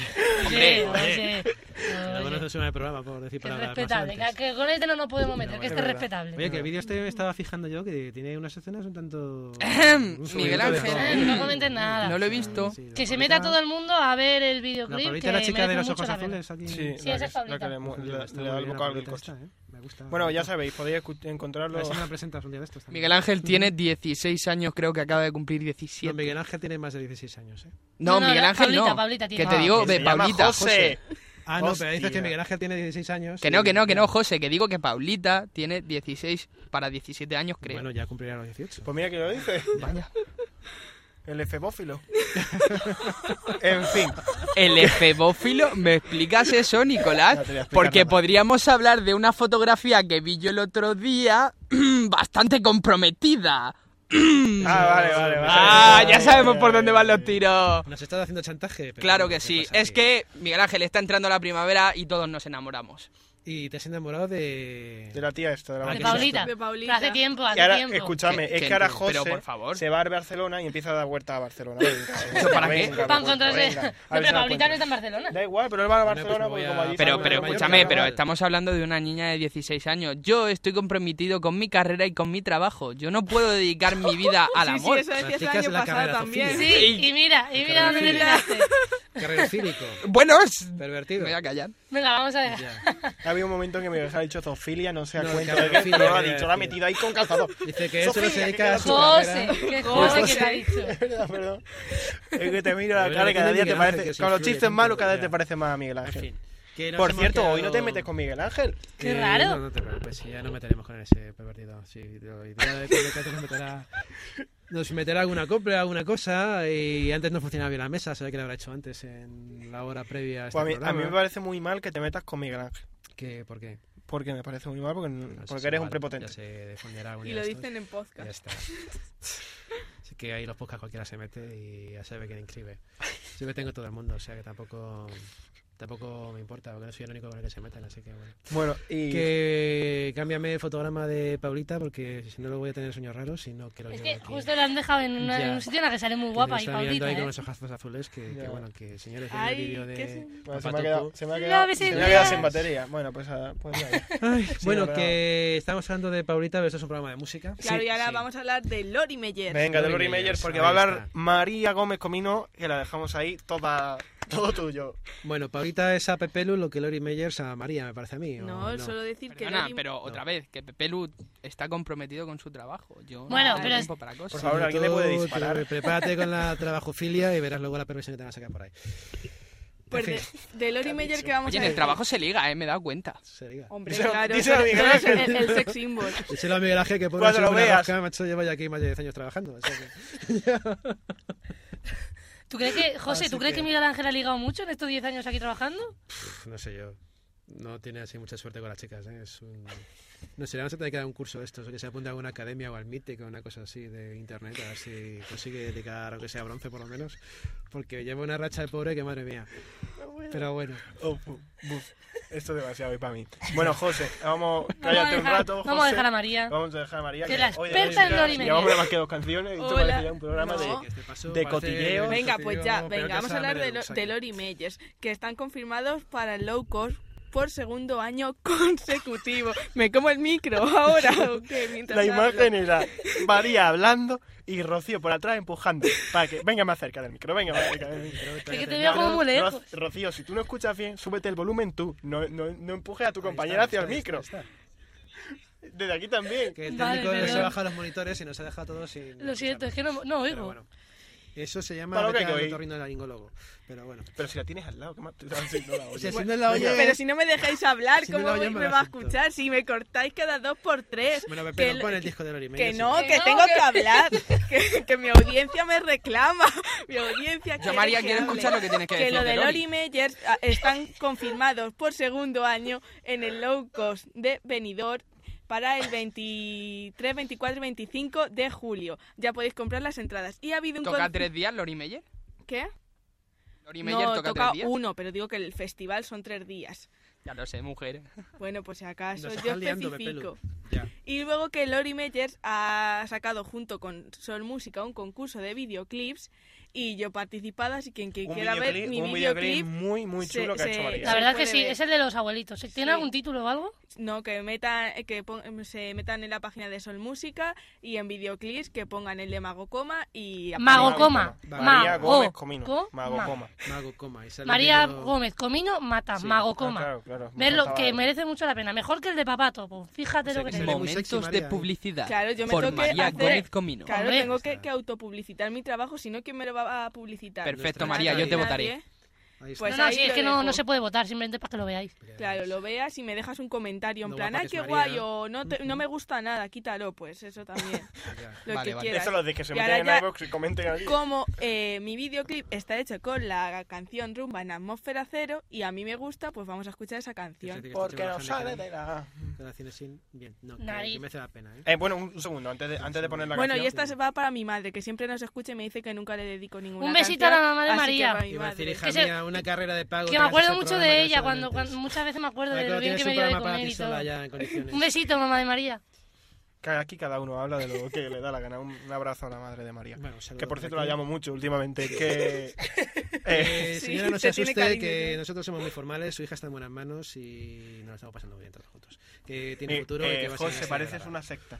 oye.
Pero bueno, esto es una de programa, por decir
Que es
palabras más
respetable.
antes.
Que, que con este no nos podemos meter, que este es
verdad.
respetable.
Oye, que el vídeo este me estaba fijando yo que tiene unas escenas un tanto. un subidito
Miguel
de
Ángel.
todo.
Eh, no comentes nada.
No lo he visto.
Ah, Sí, la
que se
Paulita-
meta todo el mundo a ver el
La
videoclip.
Paulita
que
era la chica de
merece
los
mucho
ojos
la pena.
azules aquí.
Sí,
Sí,
la
esa
que,
es
la que
Paulita.
le, mu-
Joder,
le-
está
le
muy
da el
bien Pues la
bocado del
Paulita
coche.
esta, ¿eh? Me gusta.
Bueno,
me
ya
gusta.
sabéis, podéis escu-
A
encontrarlo...
ver si me la presentas un día de estos. pues también.
Miguel Ángel tiene 16 años, creo que acaba de cumplir
No,
17.
Miguel Ángel tiene más de 16 años, ¿eh?
No, Miguel Ángel
Pablita,
no.
Pablita tiene.
Que te
Ah,
digo,
que
de
se llama
Paulita,
José.
José.
Ah, no, pero dices
Hostia.
que Miguel Ángel tiene 16 años.
Que
y-
no, que no, que no, José. Que digo que Paulita tiene 16 para 17 años, creo.
Bueno, ya cumplirá los 18.
Pues mira que lo dice.
Vaya.
El efebófilo. en fin.
El efebófilo, ¿me explicas eso, Nicolás?
No te voy a explicar
Porque
nada.
podríamos hablar de una fotografía que vi yo el otro día bastante comprometida.
Ah, vale, vale, vale.
Ah, ya
Vale,
sabemos
vale,
por dónde van
vale.
los tiros.
Nos estás haciendo chantaje. pero
Claro
¿qué
que sí.
pasa
Es
aquí?
que Miguel Ángel está entrando la primavera y todos nos enamoramos.
Y te has enamorado de. Ah,
De la tía esta, de la
De
De
vaquilla
Paulita.
De Paulita.
Hace tiempo,
esta. Y
hace
ahora,
tiempo.
escúchame,
Que-
es
que
que ahora
entiendo,
José
pero por favor.
se va a Barcelona y empieza a dar vuelta a Barcelona. pues
¿Eso para qué?
Para encontrarse. No, pero Paulita no está en
Da
Barcelona.
igual, pero él va a
Bueno, pues
Barcelona
me voy
porque
a-
como allí
Ah, Pero,
está
pero
Mayor,
escúchame,
claro.
pero estamos hablando de una niña de 16 años. Yo estoy comprometido con mi carrera y con mi trabajo. Yo no puedo dedicar mi vida al
sí,
amor.
sí, eso decías el
Practicas
año
la
pasado
carrera
también.
social.
Sí, y mira, y mira dónde terminaste.
Carrero cívico.
Bueno, es- me
Pervertido.
voy a callar.
Venga, vamos a dejar.
Ya.
Había un momento que mi hija ha dicho zoofilia, no se da
No,
cuenta
claro,
de que
filia,
no lo ha
filia,
dicho, la ha
filia.
metido ahí con calzador.
Dice que eso lo se
Sofía,
dedica a su
José,
carrera.
qué José que te ha
José.
dicho.
Perdón, perdón. Es que te miro la
Pero
cara y
no tiene
cada día te
Miguel Ángel que
parece.
se
Con los
influye
chistes malos,
tanto,
cada vez
ya.
te parece más a Miguel
En
Ángel.
fin. que nos
Por
hemos
cierto,
quedado-
hoy no te metes con Miguel Ángel.
Que
Qué raro.
No, no te preocupes, sí, ya no meteremos con ese pervertido. Sí, hoy día de que nos meterá, nos meterá alguna copla, alguna cosa. Y antes no funcionaba bien la mesa, se ve que lo habrá hecho antes en la hora previa a este
Pues a, mí, a
programa.
mí me parece muy mal que te metas con Miguel Ángel.
¿Qué? ¿Por qué?
Porque me parece muy mal, porque,
Bueno, eso
porque
sí,
eres
vale,
un prepotente.
Ya se defenderá un
Y
día
lo
de estos,
dicen en
y Ya
podcast.
está. Así que ahí los podcasts cualquiera se mete y ya sabe quién inscribe. Yo que tengo todo el mundo, o sea que tampoco, tampoco me importa, porque no soy el único con el que se meten, así que bueno.
Bueno, y.
Que cámbiame el fotograma de Paulita porque si no lo voy a tener sueños raros y no quiero
Es
yo
que
aquí-
justo la han dejado en, una-
Ya.
en un sitio en la que sale muy
que
guapa
me
y
está mirando
Paulita.
ahí con
¿eh?
los ojazos azules que, que
Ya.
bueno, que señores,
Ay,
el vídeo
qué
de
sen-
Bueno,
Papá
se me ha
Topo.
quedado, se me ha
Lo
quedado, se me ha quedado
besé.
sin batería. Bueno, pues, ah, pues nada.
Ay, bueno,
pero-
que estamos hablando de Paulita, pero esto es un programa de música.
Claro,
Sí,
y ahora
sí.
vamos a hablar de Lori Meyer.
Venga, de Lori
Lori Meyers,
Meyers, porque
ahí
va a hablar
está.
María Gómez Comino, que la dejamos ahí toda, todo tuyo.
Bueno, Paulita es a Pepelu lo que Lori Meyers a María, me parece a mí. ¿o
No, solo decir que
Perdona,
Lori-
pero otra vez, que Pepe Lu está comprometido con su trabajo. Yo
Bueno,
no tengo
pero es-
tiempo para
Por
cosas.
favor,
Sobre
alguien le
todo,
puede
tú
disparar.
Prepárate con la trabajofilia y verás luego la perversión que te van a sacar por ahí.
Pues
En
de, de Lori Meyer que vamos
Oye,
a
en el
decir?
trabajo se liga, ¿eh? Me he dado cuenta.
Se diga.
Hombre,
Díselo-
claro,
díselo
eso-
a Miguel
eso es el,
Ángel.
el sex symbol.
Díselo a Miguel Ángel que por
Cuando
hacer
lo
una
veas.
rosca, macho, llevo ya aquí más de 10 años trabajando. o sea que-
¿Tú crees que, José,
Así
¿tú crees
que-
que Miguel Ángel ha ligado mucho en estos 10 años aquí trabajando?
Pff, no sé yo. No tiene así mucha suerte con las chicas, ¿eh? Es un... No sé, vamos a tener que dar un curso de estos, o que se apunte a alguna academia o al MITIC o una cosa así de internet, a ver si consigue dedicar, que sea bronce por lo menos, porque lleva una racha de pobre que madre mía. Pero bueno,
Oh, bu- buf. Esto es demasiado hoy para mí. Bueno, José, vamos,
Vamos a
cállate un
dejar,
rato.
vamos a
José.
dejar a María.
Vamos a dejar a María.
Que la
hoy
experta
además
en Lori Meyer.
Llevamos nada más que dos canciones y esto
Hola.
parece ya un programa
No.
de.
que este paso
De
parece
cotilleo.
un
Venga,
cotilleo
pues ya,
peor
venga,
que
vamos a
Sara
hablar de,
Benelux
lo-
aquí.
de Lori Meyers, que están confirmados para el low cost por segundo año consecutivo. Me como el micro ahora. ¿o qué? Mientras
La
hablo.
imagen era María hablando y Rocío por atrás empujando. Para que venga más cerca del micro, venga más cerca del micro.
Es que te veo como muy lejos.
Ro- Rocío, si tú no escuchas bien, súbete el volumen tú. No, no, no empujes a tu
Ahí
compañera
está,
hacia el
ahí
micro.
está, ahí está.
Desde aquí también.
Que el
Vale,
técnico se
perdón.
baja los monitores y nos ha dejado todos sin...
Lo siento,
escucharnos.
es que no, no
Pero
oigo.
bueno, eso se llama
Para lo que
vete al
oí.
otorrinolaringólogo. Pero bueno.
Pero si la tienes al lado, ¿qué más? te da si no la oyes?
O sea, si no la
Venga,
oyes-
Pero si no me dejáis hablar,
Si no
¿cómo
la
me,
oyes, me la
va a
siento.
escuchar? Si me cortáis cada dos por tres.
Bueno,
Que
pero
el-
pon el disco de Lori Meyer,
Que
sí.
no,
Que
que
no,
tengo
que-
que hablar, que, que mi audiencia me reclama, mi audiencia
Yo,
quiere
María,
que
quiero
hable.
escuchar lo que tienes que decir
lo
de
de
Lori.
Lori Meyers ah, están confirmados por segundo año en el low cost de Benidorm para el 23, 24 y 25 de julio. Ya podéis comprar las entradas. Y ha habido un...
¿Toca
con-
tres días Lori Meyer?
¿Qué?
Lori Meyer
No,
toca,
toca
tres días.
uno, pero digo que el festival son tres días.
Ya lo sé, mujer.
Bueno, pues si acaso,
Nos
yo
estás liando,
especifico.
Pepelu. Ya.
Y luego que Lori Meyers ha sacado junto con Sol Música un concurso de videoclips y yo he participado, así que quien
un
quiera ver
videoclip-
mi
un
videoclip,
muy, muy
se-
chulo que ha
se-
hecho María.
La verdad
se
que sí,
puede ver.
es el de los abuelitos. ¿Tiene
Sí.
algún título o algo?
no, que metan, eh, que pon- se metan en la página de Sol Música y en videoclips que pongan el de Mago Coma y...
Mago
aparezca.
Coma.
María
Mago
Gómez Comino.
Coma.
Mago Coma.
Mago Coma. y sale
María
Pedro-
Gómez Comino mata,
Sí.
Mago
Ah,
Coma.
claro, claro. Me
Verlo,
faltaba
que
algo.
merece mucho la pena. Mejor que el de Papá Topo. Fíjate
O sea,
lo que
que
te
se
digo.
ve muy sexy,
Momentos de
María, ¿eh?
publicidad.
Claro, yo me
por
tengo que
María
hacer-
Gómez Comino.
Claro,
Hombre.
tengo que, que autopublicitar mi trabajo, si no, ¿quién me lo va a publicitar?
Perfecto,
Nuestra
María, yo te
Nadie.
votaré.
Nadie.
Ahí está.
Pues
no, no,
ahí
sí, es
lo
que no,
dejo.
no se puede votar, simplemente para que lo veáis.
Claro, lo veas y me dejas un comentario en
Lo
plan,
guapa
ah,
que es
qué
María".
guay, o no, te- no me gusta nada, quítalo, pues eso también.
Ya.
lo
Vale,
que
vale.
quieras.
Eso lo de que se
Y
meten
ahora
en
ya-
algo y comenten aquí.
Como eh, mi videoclip está hecho con la canción Rumba en Atmósfera Cero y a mí me gusta, pues vamos a escuchar esa canción.
Porque no
nos
sale de la...
la cine sin... Bien, no, que,
Nariz.
que merece la pena, ¿eh?
Eh, bueno, un segundo, antes de, antes de poner la
Bueno, y
canción.
esta se va para mi madre, que siempre nos escucha y me dice que nunca le dedico ninguna
Un besito a la
canción,
mamá de
Ah,
así que
María.
para mi
Iba a decir,
madre.
hija
Que se-
mía, una carrera de pago.
Que me acuerdo mucho de ¿eh? ella, cuando, cuando- muchas veces me acuerdo de lo bien que me dio de comer y todo. Un
todo.
besito, mamá de María.
Cada- Aquí cada uno habla de lo que le da la gana. Un un abrazo a la madre de María.
Bueno, un saludo
que por
por
cierto la
aquí.
llamo mucho últimamente. Que... eh,
Eh,
Sí,
señora, no se
te tiene
asuste,
cariño,
que
ya.
nosotros somos muy formales, su hija está en buenas manos y nos lo estamos pasando muy bien todos juntos. Que tiene
eh,
futuro y
eh,
que va a ser una
José,
serie
pareces
grabada.
una secta.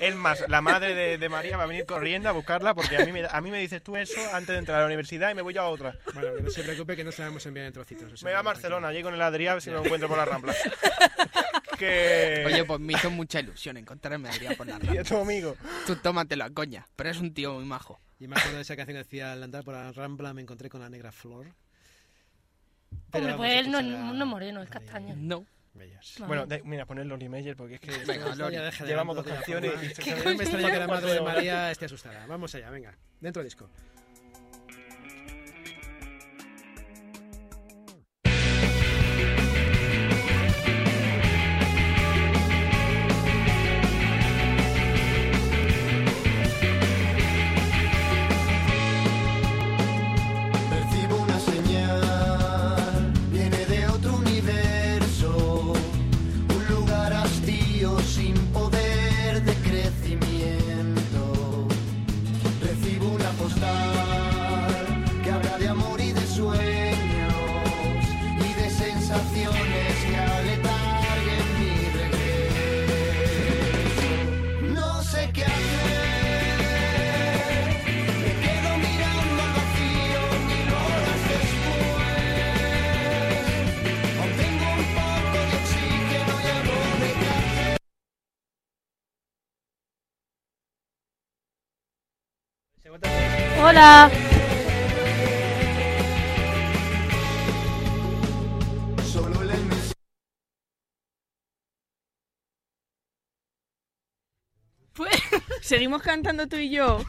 es más, la madre de, de María va a venir corriendo a buscarla porque a mí, me, a mí me dices tú eso antes de entrar a la universidad y me voy yo a otra.
Bueno, que no se preocupe que no se la vamos a enviar en trocitos. o sea,
Me va a
tranquilo.
Barcelona, llego en el Adrià a ver si me lo encuentro por la Rambla. que...
Oye, pues me hizo mucha ilusión encontrarme a Adrián por la
y a
radio.
tu amigo.
Tú tómatelo a coña, pero es un tío muy majo.
Y me acuerdo de esa canción que decía, al andar por la Rambla me encontré con la negra Flor.
Hombre,
Pero vamos
pues
a
él no, es-
escuchar a-
no es moreno, es
María.
castaño.
No.
Bellas.
Vale.
Bueno, de- mira, poner Lori Meyer porque es que...
Venga, Lori.
Ya deja de
Llevamos
hablar
dos
de la
canciones.
forma. No me extraña que la madre de María esté asustada. Vamos allá, venga. Dentro disco.
Percibo una señal, viene de otro universo, un lugar hastío sin poder de crecimiento. Recibo una postal que habla de amor y de sueños y de sensaciones que aletarguen mi regreso. No sé qué hacer. Me quedo mirando al vacío mil horas después. Aún tengo un poco de oxígeno y algo de café.
Hola.
Seguimos cantando tú y yo.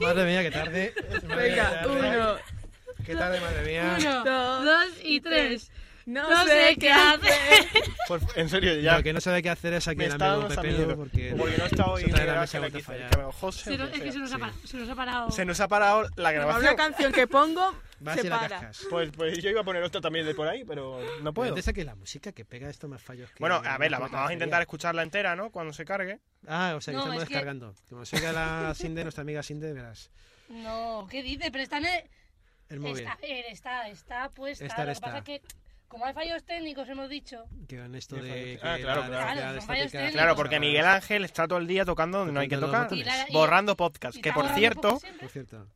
Madre mía, qué tarde. Madre mía,
Venga,
qué tarde.
uno,
Qué tarde, madre mía.
Uno,
Dos,
dos y tres.
No,
No sé qué hacer.
Por- en serio, ya.
Lo que no sabe qué hacer es aquí
me
el
está
amigo
dando hasta
Pepe
miedo.
Lu, porque
Porque no está hoy
se trae la
Miguel
mesa y
Ángel
vuelve
aquí,
a fallar.
que me- José,
Se nos- es
José.
que se nos, ha, pa- se nos ha parado.
Se nos ha parado la
Una
grabación.
canción que pongo
Vas
se
y la
para.
cascas.
Pues, pues yo iba a poner otra también de por ahí, pero no puedo.
Antes saques la música que pega esto más fallos que
Bueno, a ver, la
una
vamos a intentar escucharla entera, ¿no? Cuando se cargue.
batería. Ah, o sea, que
No,
estamos
es que-
descargando. Como siga la Sinde, nuestra amiga Sinde, verás.
No, ¿qué dice? Pero está, en el-
El móvil.
está, a ver, está, está puesta.
Estar
Lo que
está.
pasa es que, como hay fallos técnicos, hemos dicho.
Que con esto
Ah,
de.
claro,
que
claro.
Claro,
la velocidad
son
estática-
fallos técnicos.
Claro, porque Miguel Ángel está todo el día tocando donde no hay que
Tocando
tocar.
los
Y la- y-
Borrando podcast.
y
Que
está
por
borrando
cierto,
poco siempre.
Por cierto.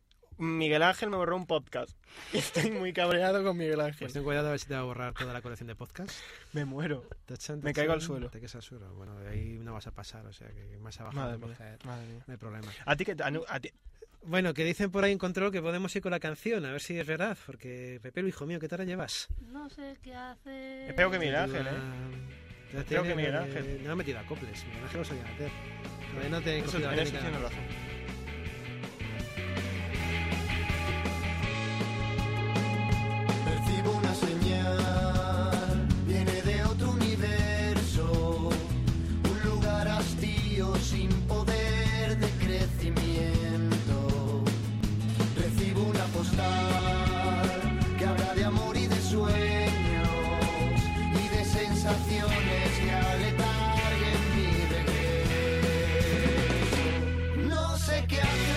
Miguel Ángel me borró un podcast. Estoy muy cabreado con Miguel
Pues
Ángel.
ten cuidado a ver si te va a borrar toda la colección de podcasts.
Me muero. Me caigo al suelo.
Te caes al suelo. Bueno, de ahí no vas a pasar, o sea, que más abajo
Madre
no puedes
mía.
caer.
Madre mía.
No hay problema.
A ti que a nu- a ti-
Bueno, que dicen por ahí en control que podemos ir con la canción, a ver si es verdad, porque Pepe, hijo mío, ¿qué tarde llevas? Ah,
No sé qué hacer.
Espero que Miguel Ángel, ¿eh?
Ya
Creo que
tiene-
Miguel Ángel.
No ha metido a coples, Miguel Ángel lo sabía meter. Todavía no te he
Eso-
cogido la
en eso
técnica.
tienes razón.
Percibo una señal, viene de otro universo, un lugar hastío sin poder de crecimiento. Recibo una postal que habla de amor y de sueños y de sensaciones que aletarguen mi regreso. No sé qué hacer.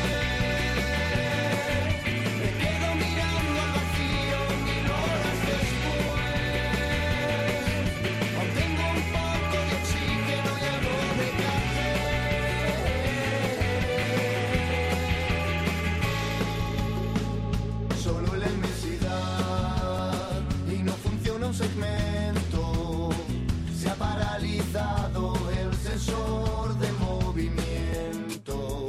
Me quedo mirando al vacío mil horas después. Aún tengo un poco de oxígeno y algo de café. Solo la inmensidad y no funciona un segmento. Se ha paralizado el sensor de movimiento.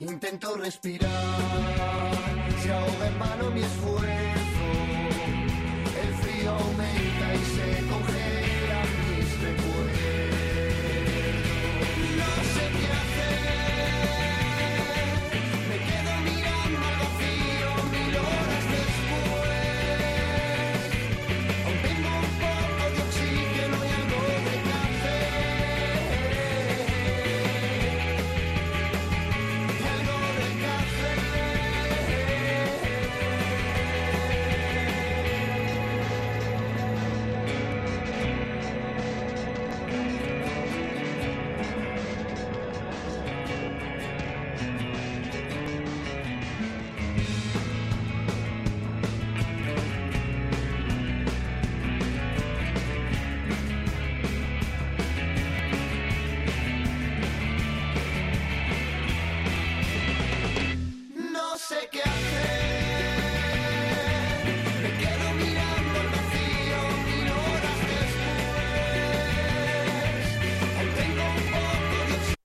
Intento respirar, se ahoga en vano mi esfuerzo. El frío aumenta y se congelan mis recuerdos. No sé qué hacer, me quedo mirando al vacío mil horas después. Aún tengo un poco de oxígeno y algo de café. Y algo de café. No sé qué hacer. Me quedo mirando al vacío mil horas después. Aún tengo un poco de oxígeno.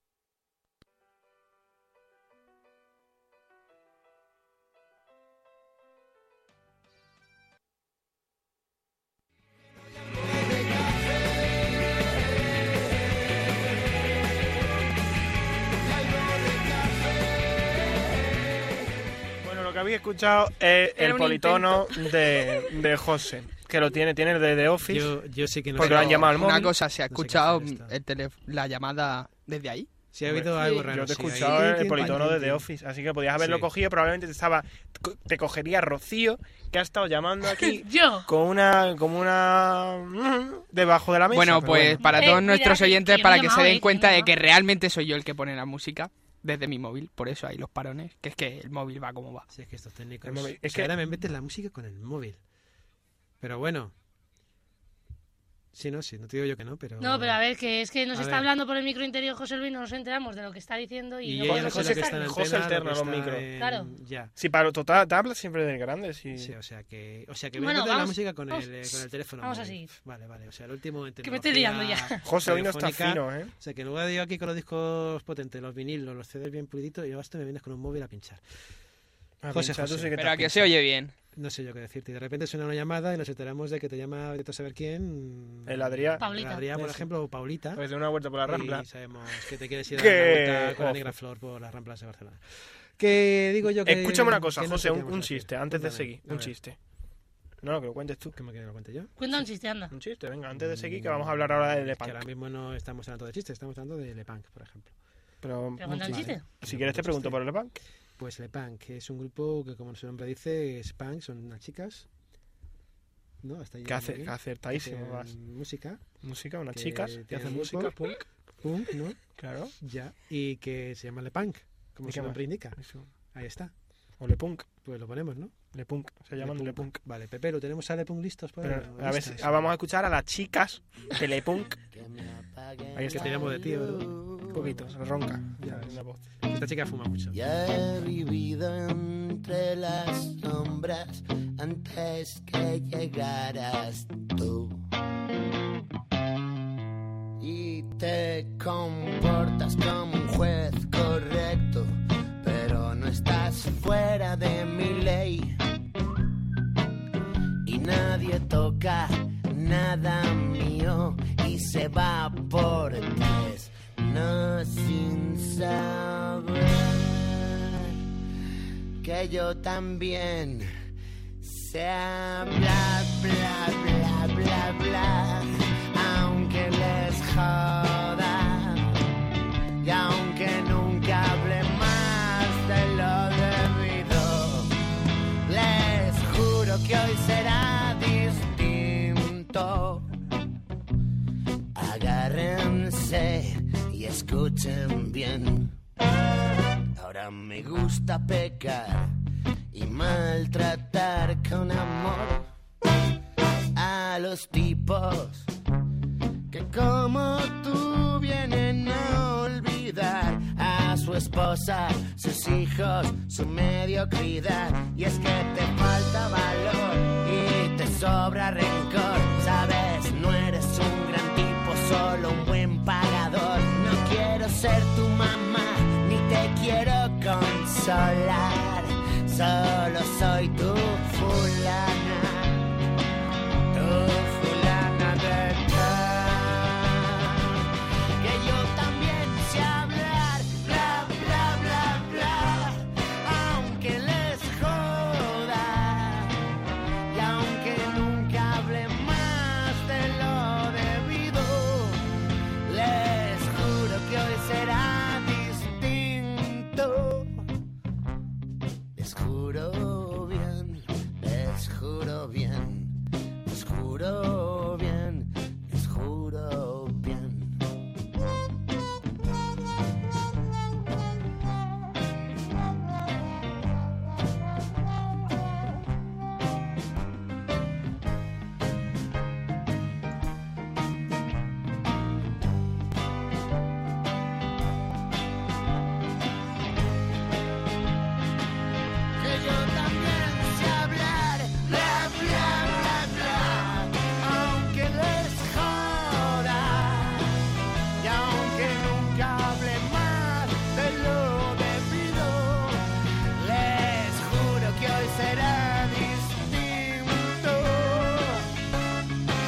Bueno, lo que habéis escuchado es
Era
el
un
politono de, de José, que lo tiene, tiene el de The Office.
Yo, yo sí que no
Porque lo han llamado al
una
móvil.
cosa, ¿se ha
No sé
escuchado
qué hacer esto.
el teléf- la llamada desde ahí?
Si ha habido algo raro.
Yo te he
sí, ahí.
escuchado el,
Tin, tin,
politono
tin,
de
tin.
The Office, así que podías haberlo
Sí.
cogido, probablemente te estaba te cogería Rocío, que ha estado llamando aquí
Yo.
con una como una mm, debajo de la mesa.
Bueno,
pero
pues para
Eh,
todos
mira,
nuestros
que- que
oyentes,
yo me
para
he
que se
llamado, eh,
den
que
cuenta
me he
de que
llamado.
realmente soy yo el que pone la música desde mi móvil, por eso hay los parones, que es que el móvil va como va.
Si es que estos técnicos.
El móvil. Es
o sea,
que-
ahora me metes la música con el móvil. Pero bueno. Sí, no, sí, no te digo yo que no, pero.
No, pero a ver, que es que nos
A
está
ver.
habllo por el micro interior José Luis, no nos enteramos de lo que está diciendo y,
Y
no
ella no
podemos
sé lo que está
contestar.
en
José
antena, lo
alterna
que
los
está
micros.
en-
Claro.
Ya.
Sí, para total, te hablas siempre del grande, sí.
Sí, o sea que, o sea que voy
Bueno,
a meter la
vamos-
música con
vamos-
el, eh, con el teléfono.
vamos a
móvil.
seguir.
Vale, vale, o sea, el último en
Que me estoy
tecnología
liando ya.
José hoy no está
telefónica.
fino, ¿eh?
O sea, que en lugar de yo aquí con los discos potentes, los vinilos, los CDs bien puliditos, y ahora esto me vienes con un móvil a pinchar.
A
José,
pinchar, tú
José.
sí que
Pero a
estás
que se
pinchando.
oye bien.
no sé yo qué decirte. Y de repente suena una llamada y nos enteramos de que te llama vete a saber quién.
El Adrián.
Paulita.
Adrián, por
Eso.
ejemplo, o Paulita.
Pues de una vuelta por la rambla.
Y sabemos que te quieres ir a
Que-
dar una vuelta con la
Ojo.
negra flor por las ramplas de Barcelona. Que digo yo que.
Escúchame una cosa,
que no sé
José,
qué
un,
vamos a
un
decir.
chiste, antes de
Cuéntame,
seguir,
a
un
ver,
chiste. No, no, que lo cuentes tú.
¿Qué me quieres que lo cuente yo?
Cuenta un chiste, anda.
Un chiste, venga, antes de seguir, que vamos a hablar ahora
Mm,
del
Que
Lepang.
ahora mismo no estamos hablando de chistes, estamos hablando de Lepunk, por ejemplo.
Pero,
¿Te cuenta un
chiste.
chiste?
si quieres te pregunto por el Lepang.
Pues Lepunk, que es un grupo que, como su nombre dice, es punk, son unas chicas. ¿No? Hasta ahí
Que, hace,
bien.
que acertadísimo vas.
Hacen música.
Música, unas
que
chicas que
tienen
hacen
un
música,
grupo.
punk,
Punk, ¿no?
claro.
Ya. Y que se llama Lepunk, como
¿Y
su
qué
nombre indica.
Eso.
Ahí está.
O Lepunk,
Pues lo ponemos, ¿no?
Lepunk, se llaman Lepunk.
Vale, Pepe, ¿lo tenemos a Lepunk listos? Pues para
Pero a ver, si- ah, vamos a escuchar a las chicas de Lepunk.
Que
Ahí está,
te llamo de tío, ¿verdad?
un poquito, se ronca. Ya, la voz.
Esta chica fuma mucho.
Ya he vivido entre las sombras antes que llegaras tú. Y te comportas como un juez correcto, pero no estás fuera de mi ley. Y nadie toca nada mío y se va por tres, no sin saber que yo también sé bla bla bla bla bla, aunque les joda y aunque nunca hable más de lo debido. Les juro que hoy será distinto. Agárrense y escuchen bien. Ahora me gusta pecar y maltratar con amor a los tipos que como tú vienen a olvidar a su esposa, sus hijos, su mediocridad. Y es que te falta valor y te sobra rencor. Sabes, no eres un gran tipo, solo un buen pagador. No quiero ser tu mamá, ni te quiero consolar. Solo soy tu fulana. Tu fulana de tal Que yo también sé hablar Bla, bla, bla, bla Aunque les joda Y aunque nunca hable más de lo debido Les juro que hoy será distinto Les juro bien Les juro bien les juro bien, les juro bien. Que yo también sé hablar, bla bla bla bla, aunque les joda y aunque nunca hable más de lo debido, les juro que hoy será distinto.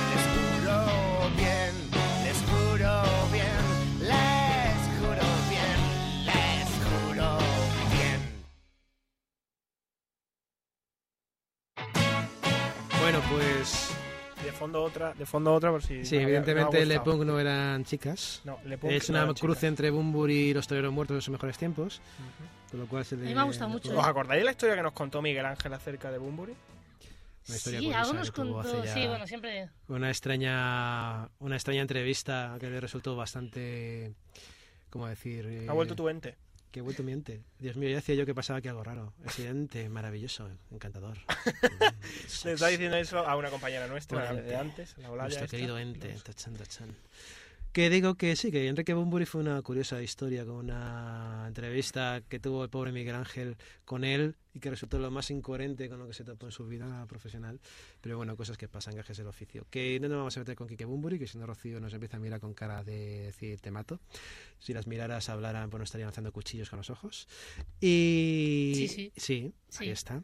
Les juro bien, les juro bien, les juro bien, les juro bien.
Bueno, pues.
De fondo otra, de fondo otra por si...
Sí,
no había-
evidentemente
no Ah, ha gustado.
Lepunk no eran chicas.
No, Lepunk
Es
no
una
era chica.
cruce entre Bumbur y los toreros muertos de sus mejores tiempos. Con lo cual se le.
A mí me ha gustado mucho,
¿Os acordáis la historia que nos contó Miguel Ángel acerca de Bumburi?
Una historia
sí,
curiosa ¿eh?
algo
que
nos
tuvo hace
contó.
ya-
Sí, bueno, siempre.
Una extraña, una extraña entrevista que le resultó bastante. ¿Cómo decir? eh,
Ha vuelto tu ente.
Que he vuelto mi ente. Dios mío, ya decía yo que pasaba aquí algo raro. Excelente, maravilloso, encantador.
Le está diciendo eso a una compañera nuestra
Bueno,
de antes, la Olaya
Nuestro
esta.
querido ente, tachan, tachan. Que digo que sí, que Enrique Bumburi fue una curiosa historia con una entrevista que tuvo el pobre Miguel Ángel con él y que resultó lo más incoherente con lo que se topó en su vida profesional. Pero bueno, cosas que pasan, gajes del oficio. Que no nos vamos a meter con Quique Bumburi, que si no Rocío nos empieza a mirar con cara de decir te mato. Si las miraras hablaran, pues no estarían lanzando cuchillos con los ojos. Y.
Sí, sí.
Sí, ahí
Sí.
está.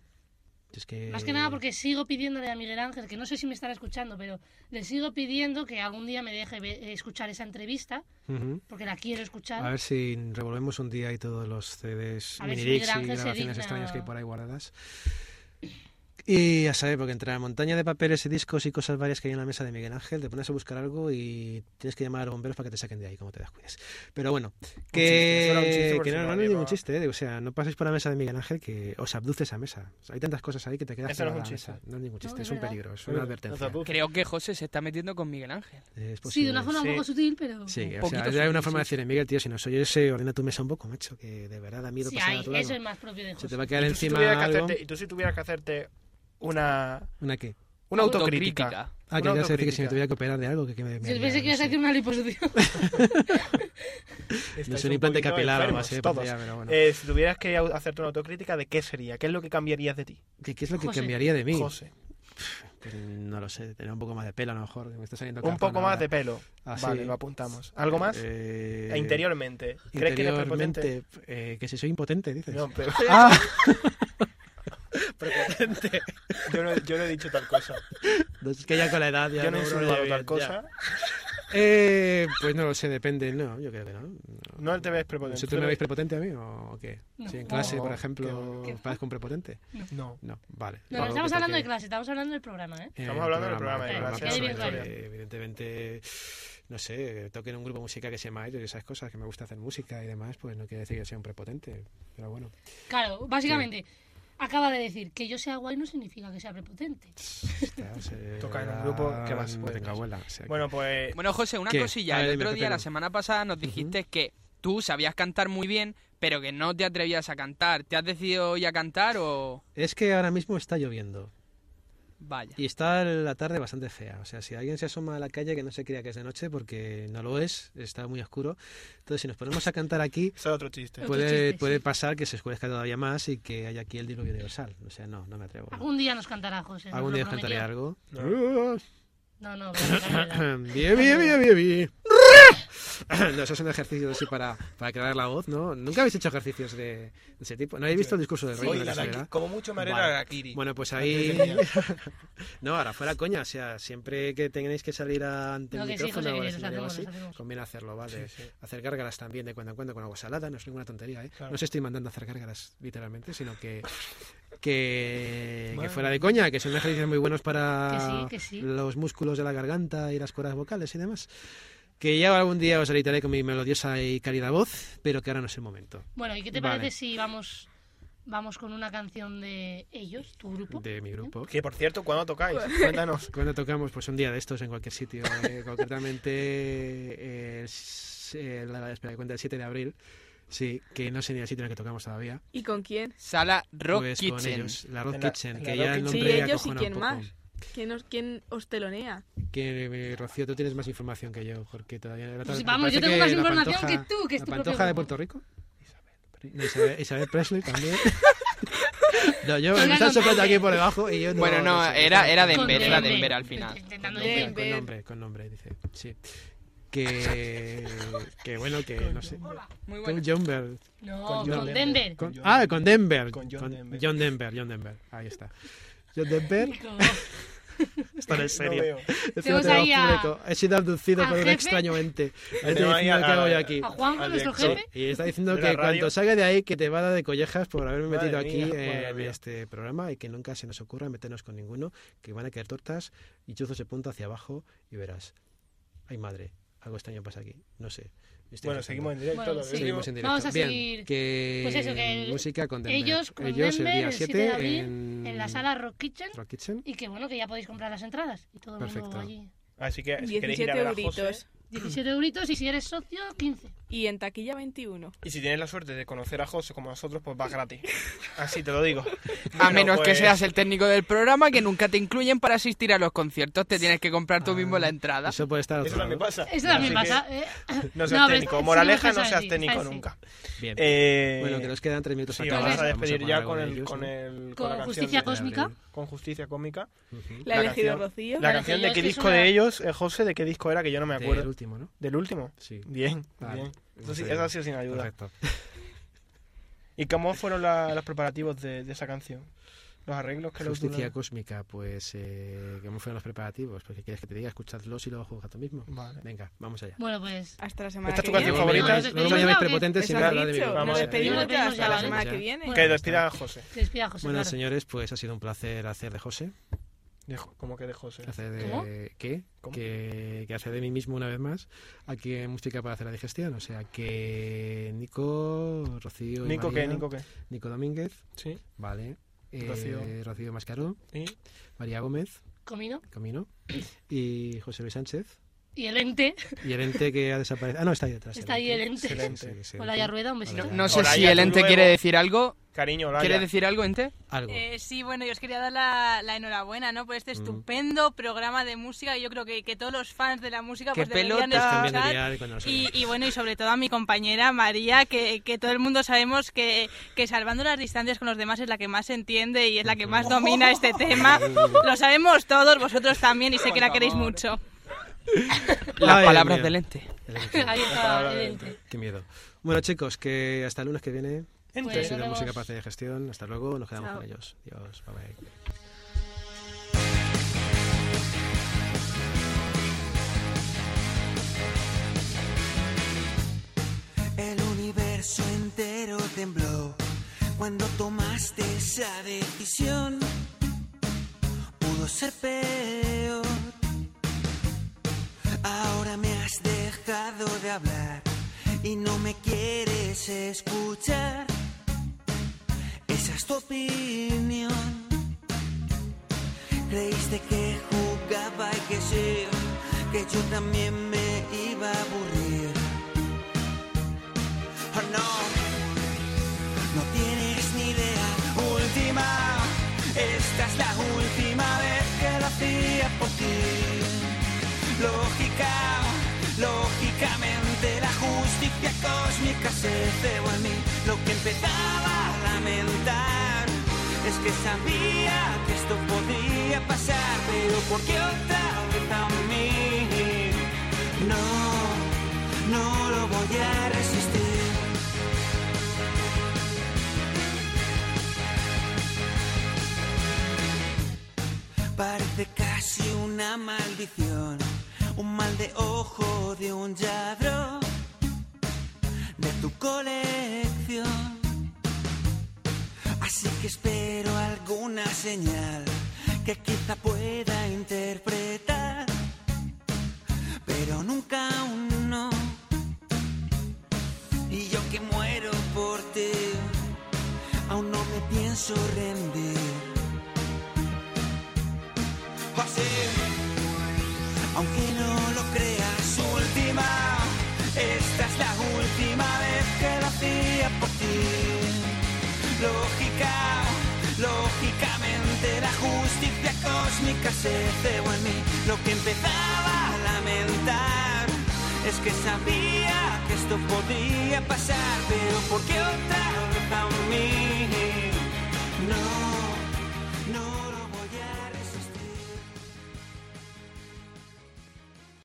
Es que...
Más que nada porque sigo pidiéndole a Miguel Ángel, que no sé si me estará escuchando, pero le sigo pidiendo que algún día me deje ve- eh, escuchar esa entrevista,
Ujú.
porque la quiero escuchar.
A ver si revolvemos un día y todos los CDs,
A ver si
minidiscs
Miguel
y
Ángel se
grabaciones
digna.
extrañas que hay por ahí guardadas. Y a saber, porque entre la montaña de papeles y discos y cosas varias que hay en la mesa de Miguel Ángel, te pones a buscar algo y tienes que llamar a los bomberos para que te saquen de ahí, como te descuides. Pero bueno,
chiste,
que,
eso era un chiste por
que
si
no,
no
no,
lo
no es ningún
llevaba.
chiste, eh, o sea, no pases por la mesa de Miguel Ángel que os abduce esa mesa. O sea, hay tantas cosas ahí que te quedas
Eso no
pegado
es
a
un
la
chiste.
mesa. No es ningún
es
chiste, Este es, un
verdad.
peligro, es una advertencia.
Nos
Creo que José se está metiendo con Miguel Ángel.
Es
sí, de una
posible.
forma
sí.
un poco sutil, pero...
Sí,
Un
o sea,
poquito
hay una
sutil,
forma de
sí,
decir, Miguel, tío, si no soy ese, ordena tu mesa un poco, macho, que de verdad da miedo
Sí,
pasar
ahí,
a tu lado.
eso es más propio de
Se te
José.
va a quedar
Y tú si
encima
tuvieras que
algo.
hacerte- y tú si tuvieras que hacerte una,
¿Una qué?
una autocrítica.
Ah, que
Una
ya sé decir que si me
autocrítica.
tuviera que operar de algo, que, que me, me
Yo
haría,
pensé que ibas a
no sé.
hacer una liposucción.
No
Estáis
soy un
un
implante
poquito
capilar o algo
enfermos,
así,
todos.
parecía, pero bueno.
Eh, si tuvieras que au- hacerte una autocrítica, ¿de qué sería? ¿Qué es lo que cambiarías de ti,
¿Qué, qué es lo que
José.
cambiaría de mí?
José?
Pues no lo sé, tener un poco más de pelo a lo mejor, que me está saliendo
Un poco más de pelo.
Ah, sí.
Vale, lo apuntamos. ¿Algo más?
Eh,
E interiormente. ¿Crees que eres prepotente?
interiormente, eh, que si soy impotente, dices.
No, pero...
Ah,
prepotente. Yo no, yo no he dicho tal cosa.
no, es que ya con la edad ya
Yo no
uno
he
lo
insinuado
lleva bien,
tal cosa.
ya. Eh, pues no lo sé, depende. No, yo creo que no. No,
No te ves prepotente.
¿Tú me veis prepotente a mí o qué?
No.
Si en clase, por
No,
ejemplo, parezco un prepotente.
No.
No, vale.
No, no
Algo
estamos
que
hablando de
toque-
clase, estamos hablando del programa, ¿eh?
Eh,
Estamos hablando del
programa de clase,
personal,
claro.
eh, Evidentemente, no sé, toque en un grupo musical que se llama ellos y esas cosas, que me gusta hacer música y demás, pues no quiere decir que sea un prepotente. Pero bueno,
Claro, básicamente, acaba de decir que yo sea guay no significa que sea prepotente.
está, se-
Toca en un grupo, ¿qué más
No
puedes?
tengo abuela. o sea que-
Pues Bueno, pues...
Bueno, José, una
¿Qué? A
cosilla.
ver,
El
dime,
otro día,
Pepe,
la
no.
semana pasada, nos dijiste que tú sabías cantar muy bien, pero que no te atrevías a cantar. ¿Te has decidido hoy a cantar o...?
Es que ahora mismo está lloviendo
Vaya.
y está la tarde bastante fea. O sea, si alguien se asoma a la calle que no se crea que es de noche, porque no lo es, está muy oscuro. Entonces, si nos ponemos a cantar aquí,
Eso es otro chiste.
Otro
puede,
chiste,
puede
sí.
pasar que se oscurezca todavía más y que haya aquí el diluvio universal. O sea, no, no me atrevo. no.
Algún día nos cantará José. nos
Algún
lo
día os
prometió.
cantaré algo.
No, no, pero la verdad.
Bien, bien, bien, bien, bien. No, eso es un ejercicio así para, para crear la voz, ¿no? Nunca habéis hecho ejercicios de, de ese tipo. ¿No habéis visto el discurso del rey?
Oye,
de la
la
soledad?
Araki- como mucho me haré
Vale.
la Arakiri.
Bueno, pues ahí... no, ahora fuera coña. O sea, siempre que tengáis que salir a- ante
No,
el
que sí,
micrófono
José,
o
que
al
los
escenario o
hacemos,
así,
los hacemos.
conviene hacerlo, ¿vale?
Sí, sí.
Hacer gárgaras también de cuando en cuando con agua salada, no es ninguna tontería, ¿eh?
Claro.
No os estoy mandando a hacer gárgaras, literalmente, sino que... Que, que
Madre
fuera de coña, que son ejercicios muy buenos para
Que sí, que sí.
los músculos de la garganta y las cuerdas vocales y demás. Que ya algún día os editaré con mi melodiosa y cálida voz, pero que ahora no es el momento.
Bueno, ¿y qué te
Vale.
parece si vamos, vamos con una canción de ellos, tu grupo?
De mi grupo.
Que por cierto, ¿cuándo tocáis? Cuéntanos.
Cuando tocamos, pues un día de estos en cualquier sitio, eh, concretamente eh, el, s- eh, la, espera, que cuenta el 7 de abril, sí, que no sé ni el sitio en el que tocamos todavía,
¿Y con quién?
Sala Rock
pues con
Kitchen.
ellos, la Rock
En la-
Kitchen,
en
que
la
ya
Rock
el
Kitchen.
nombre
Sí,
ya
ellos y
acojona
quién
un poco.
más. ¿Quién os, quién os telonea?
Que, eh, Rocío, tú tienes más información que yo, porque todavía... la otra-
Pues
me
vamos,
parece
yo tengo
que
más
la
información
Pantoja-
que tú, que es
la
tu propio
Pantoja de
grupo.
Puerto Rico? No, Isabel, Isabel Presley también. No, yo
Venga,
me están
con
soplando
nombre.
aquí por debajo y yo no.
Bueno, no,
sé,
era,
no
era
sé.
Con
Denver, era
Denver.
Denver al final.
Intentando
Con nombre,
Denver.
con nombre, con nombre, dice. Sí. Que, que bueno, que no sé.
Muy
Con
bueno.
John Bell.
No,
Con
con,
John
Denver.
Con-
John-
ah, con Denver.
con John Denver.
John Denver, John Denver. Ahí está. John Denver. Están en
No
serio.
veo.
Encima
Tenemos
tenemos
ahí a-
público. He sido abducido
al
por un
jefe.
extraño ente. Ahí Estoy
Tenemos ahí
diciendo
a-
que hago yo aquí.
A Juan,
Al
nuestro
director.
jefe.
Y está diciendo
De la
que
radio.
cuanto salga de ahí que te va a dar de collejas por haberme
Madre
metido aquí
mía,
eh,
madre
en
mía.
este programa y que nunca se nos ocurra meternos con ninguno, que van a caer tortas y chuzos de punta hacia abajo y verás. Ay madre, algo extraño pasa aquí, no sé. Estoy
Bueno,
pensando.
seguimos en directo.
Bueno,
lo
sí.
Seguimos
seguimos.
en directo.
Vamos a
Bien,
seguir.
que
Pues eso, que el-
música con Denver.
ellos con
Ellos
Denver
el día
el 7
7
de abril
en...
En la sala Rock Kitchen.
Rock Kitchen.
Y que bueno, que ya podéis comprar las entradas. Y todo el
Perfecto.
mundo allí.
Así que si queréis ir
17
a ver a
euritos.
José,
17 euritos y si eres socio, 15.
Y en taquilla 21.
y si tienes la suerte de conocer a José como nosotros, pues vas gratis. Así te lo digo.
A
Bueno,
menos que
pues,
seas el técnico del programa, que nunca te incluyen para asistir a los conciertos. Te tienes que comprar tú mismo la entrada.
Ah, Eso puede estar a
Eso
otro
también
lado.
pasa.
Esto también
Así que
pasa. ¿eh?
No
No,
seas
pero
técnico.
sí,
Moraleja,
sí,
no seas
sí,
técnico
sí.
nunca.
Bien.
Eh,
bueno, que nos quedan tres minutos
sí,
para
vamos a
acabar.
despedir
Vamos a
ya
hablar
con
de
el,
ellos,
con
¿no?
el
Con
la canción
Justicia
de-
Cósmica.
con Justicia Cósmica.
Ujú.
La,
La
ha elegido
canción-
Rocío.
La
Bueno,
canción
que yo
de qué
es que es
disco
una-
de ellos, eh, José, de qué disco era que yo no me
Del
acuerdo.
último, ¿no?
Del último.
Sí.
Bien,
Vale.
bien. Eso, sí,
Vamos
eso
allá.
ha sido sin ayuda.
Perfecto.
¿Y cómo fueron la- los preparativos de, de esa canción? Los arreglos que los
Justicia Cósmica, pues, eh, ¿cómo fueron los preparativos? Pues, ¿qué quieres que te diga? Escuchadlos y luego juzga tú mismo.
Vale.
Venga, vamos allá.
Bueno, pues.
Hasta la semana
¿Esta es
que
tu
viene.
canción favorita?
No, no,
No
no,
me
no,
llaméis
no,
prepotentes
Eso
sin
has
pues,
hablar de mí.
dicho.
Vamos
Nos
allá.
despedimos ya hasta la
Vamos
semana
allá.
que viene.
Bueno,
Que despida a José.
Te despida, José.
Bueno,
claro.
señores, pues ha sido un placer hacer de José.
De Jo- ¿Cómo que de José?
Hacer de...
¿Cómo?
¿Qué?
¿Cómo?
Que, que hacer de mí mismo una vez más aquí en Música para hacer la digestión. O sea que Nico, Rocío y
Nico
María,
que, Nico que.
Nico Domínguez,
Sí.
vale. eh,
Rocío.
Rocío Mascaró,
Y
María Gómez,
Comino.
Camino, y José Luis Sánchez,
Y el ente.
y el ente que ha desaparecido. Ah, no, está ahí detrás.
Está ahí el ente.
Sí, sí, sí, sí,
Hola,
sí.
ya rueda, un
Hola,
besito.
No,
ya.
no sé
Hola,
si
ya,
el
tú
ente
luego.
quiere decir algo.
cariño, Olaya.
¿Quiere decir algo, ente?
Algo.
Eh, sí, bueno, yo os quería dar la, la enhorabuena, ¿no? Por este
Mm.
estupendo programa de música. Yo creo que, que todos los fans de la música
¡Qué
pues, deberían
Pues
pelota!
también
escuchar.
debería de cuando nos
Y,
oigan.
y bueno, y sobre todo a mi compañera María, que, que todo el mundo sabemos que, que salvando las distancias con los demás es la que más entiende y es la que más domina este tema. Lo sabemos todos, vosotros también, y sé que la queréis mucho.
Las
Ay,
palabras
Dios mío.
del ente.
El ente.
Ahí está el ente.
Qué miedo. Bueno, chicos, que hasta el lunes que viene.
Pues,
Que ha sido
nos
música
vemos.
para hacer digestión. Hasta luego, nos quedamos
Chao.
con ellos. Dios, bye bye.
El universo entero tembló cuando tomaste esa decisión. Pudo ser peor. Ahora me has dejado de hablar y no me quieres escuchar. Esa es tu opinión. Creíste que jugaba y que sí, que yo también me iba a aburrir. Oh, no, no tienes ni idea. Última, esta es la última vez que lo hacía por ti. Lógica, lógicamente la justicia cósmica se cebó en mí. Lo que empezaba a lamentar es que sabía que esto podía pasar, pero ¿por qué otra vez a mí? No, no lo voy a resistir. Parece casi una maldición, un mal de ojo de un lladro de tu colección. Así que espero alguna señal que quizá pueda interpretar, pero nunca un no. Y yo que muero por ti, aún no me pienso rendir. Así, Aunque no lo creas, última, esta es la última vez que lo hacía por ti. Lógica, lógicamente la justicia cósmica se cebó en mí. Lo que empezaba a lamentar es que sabía que esto podía pasar, pero ¿por qué otra vez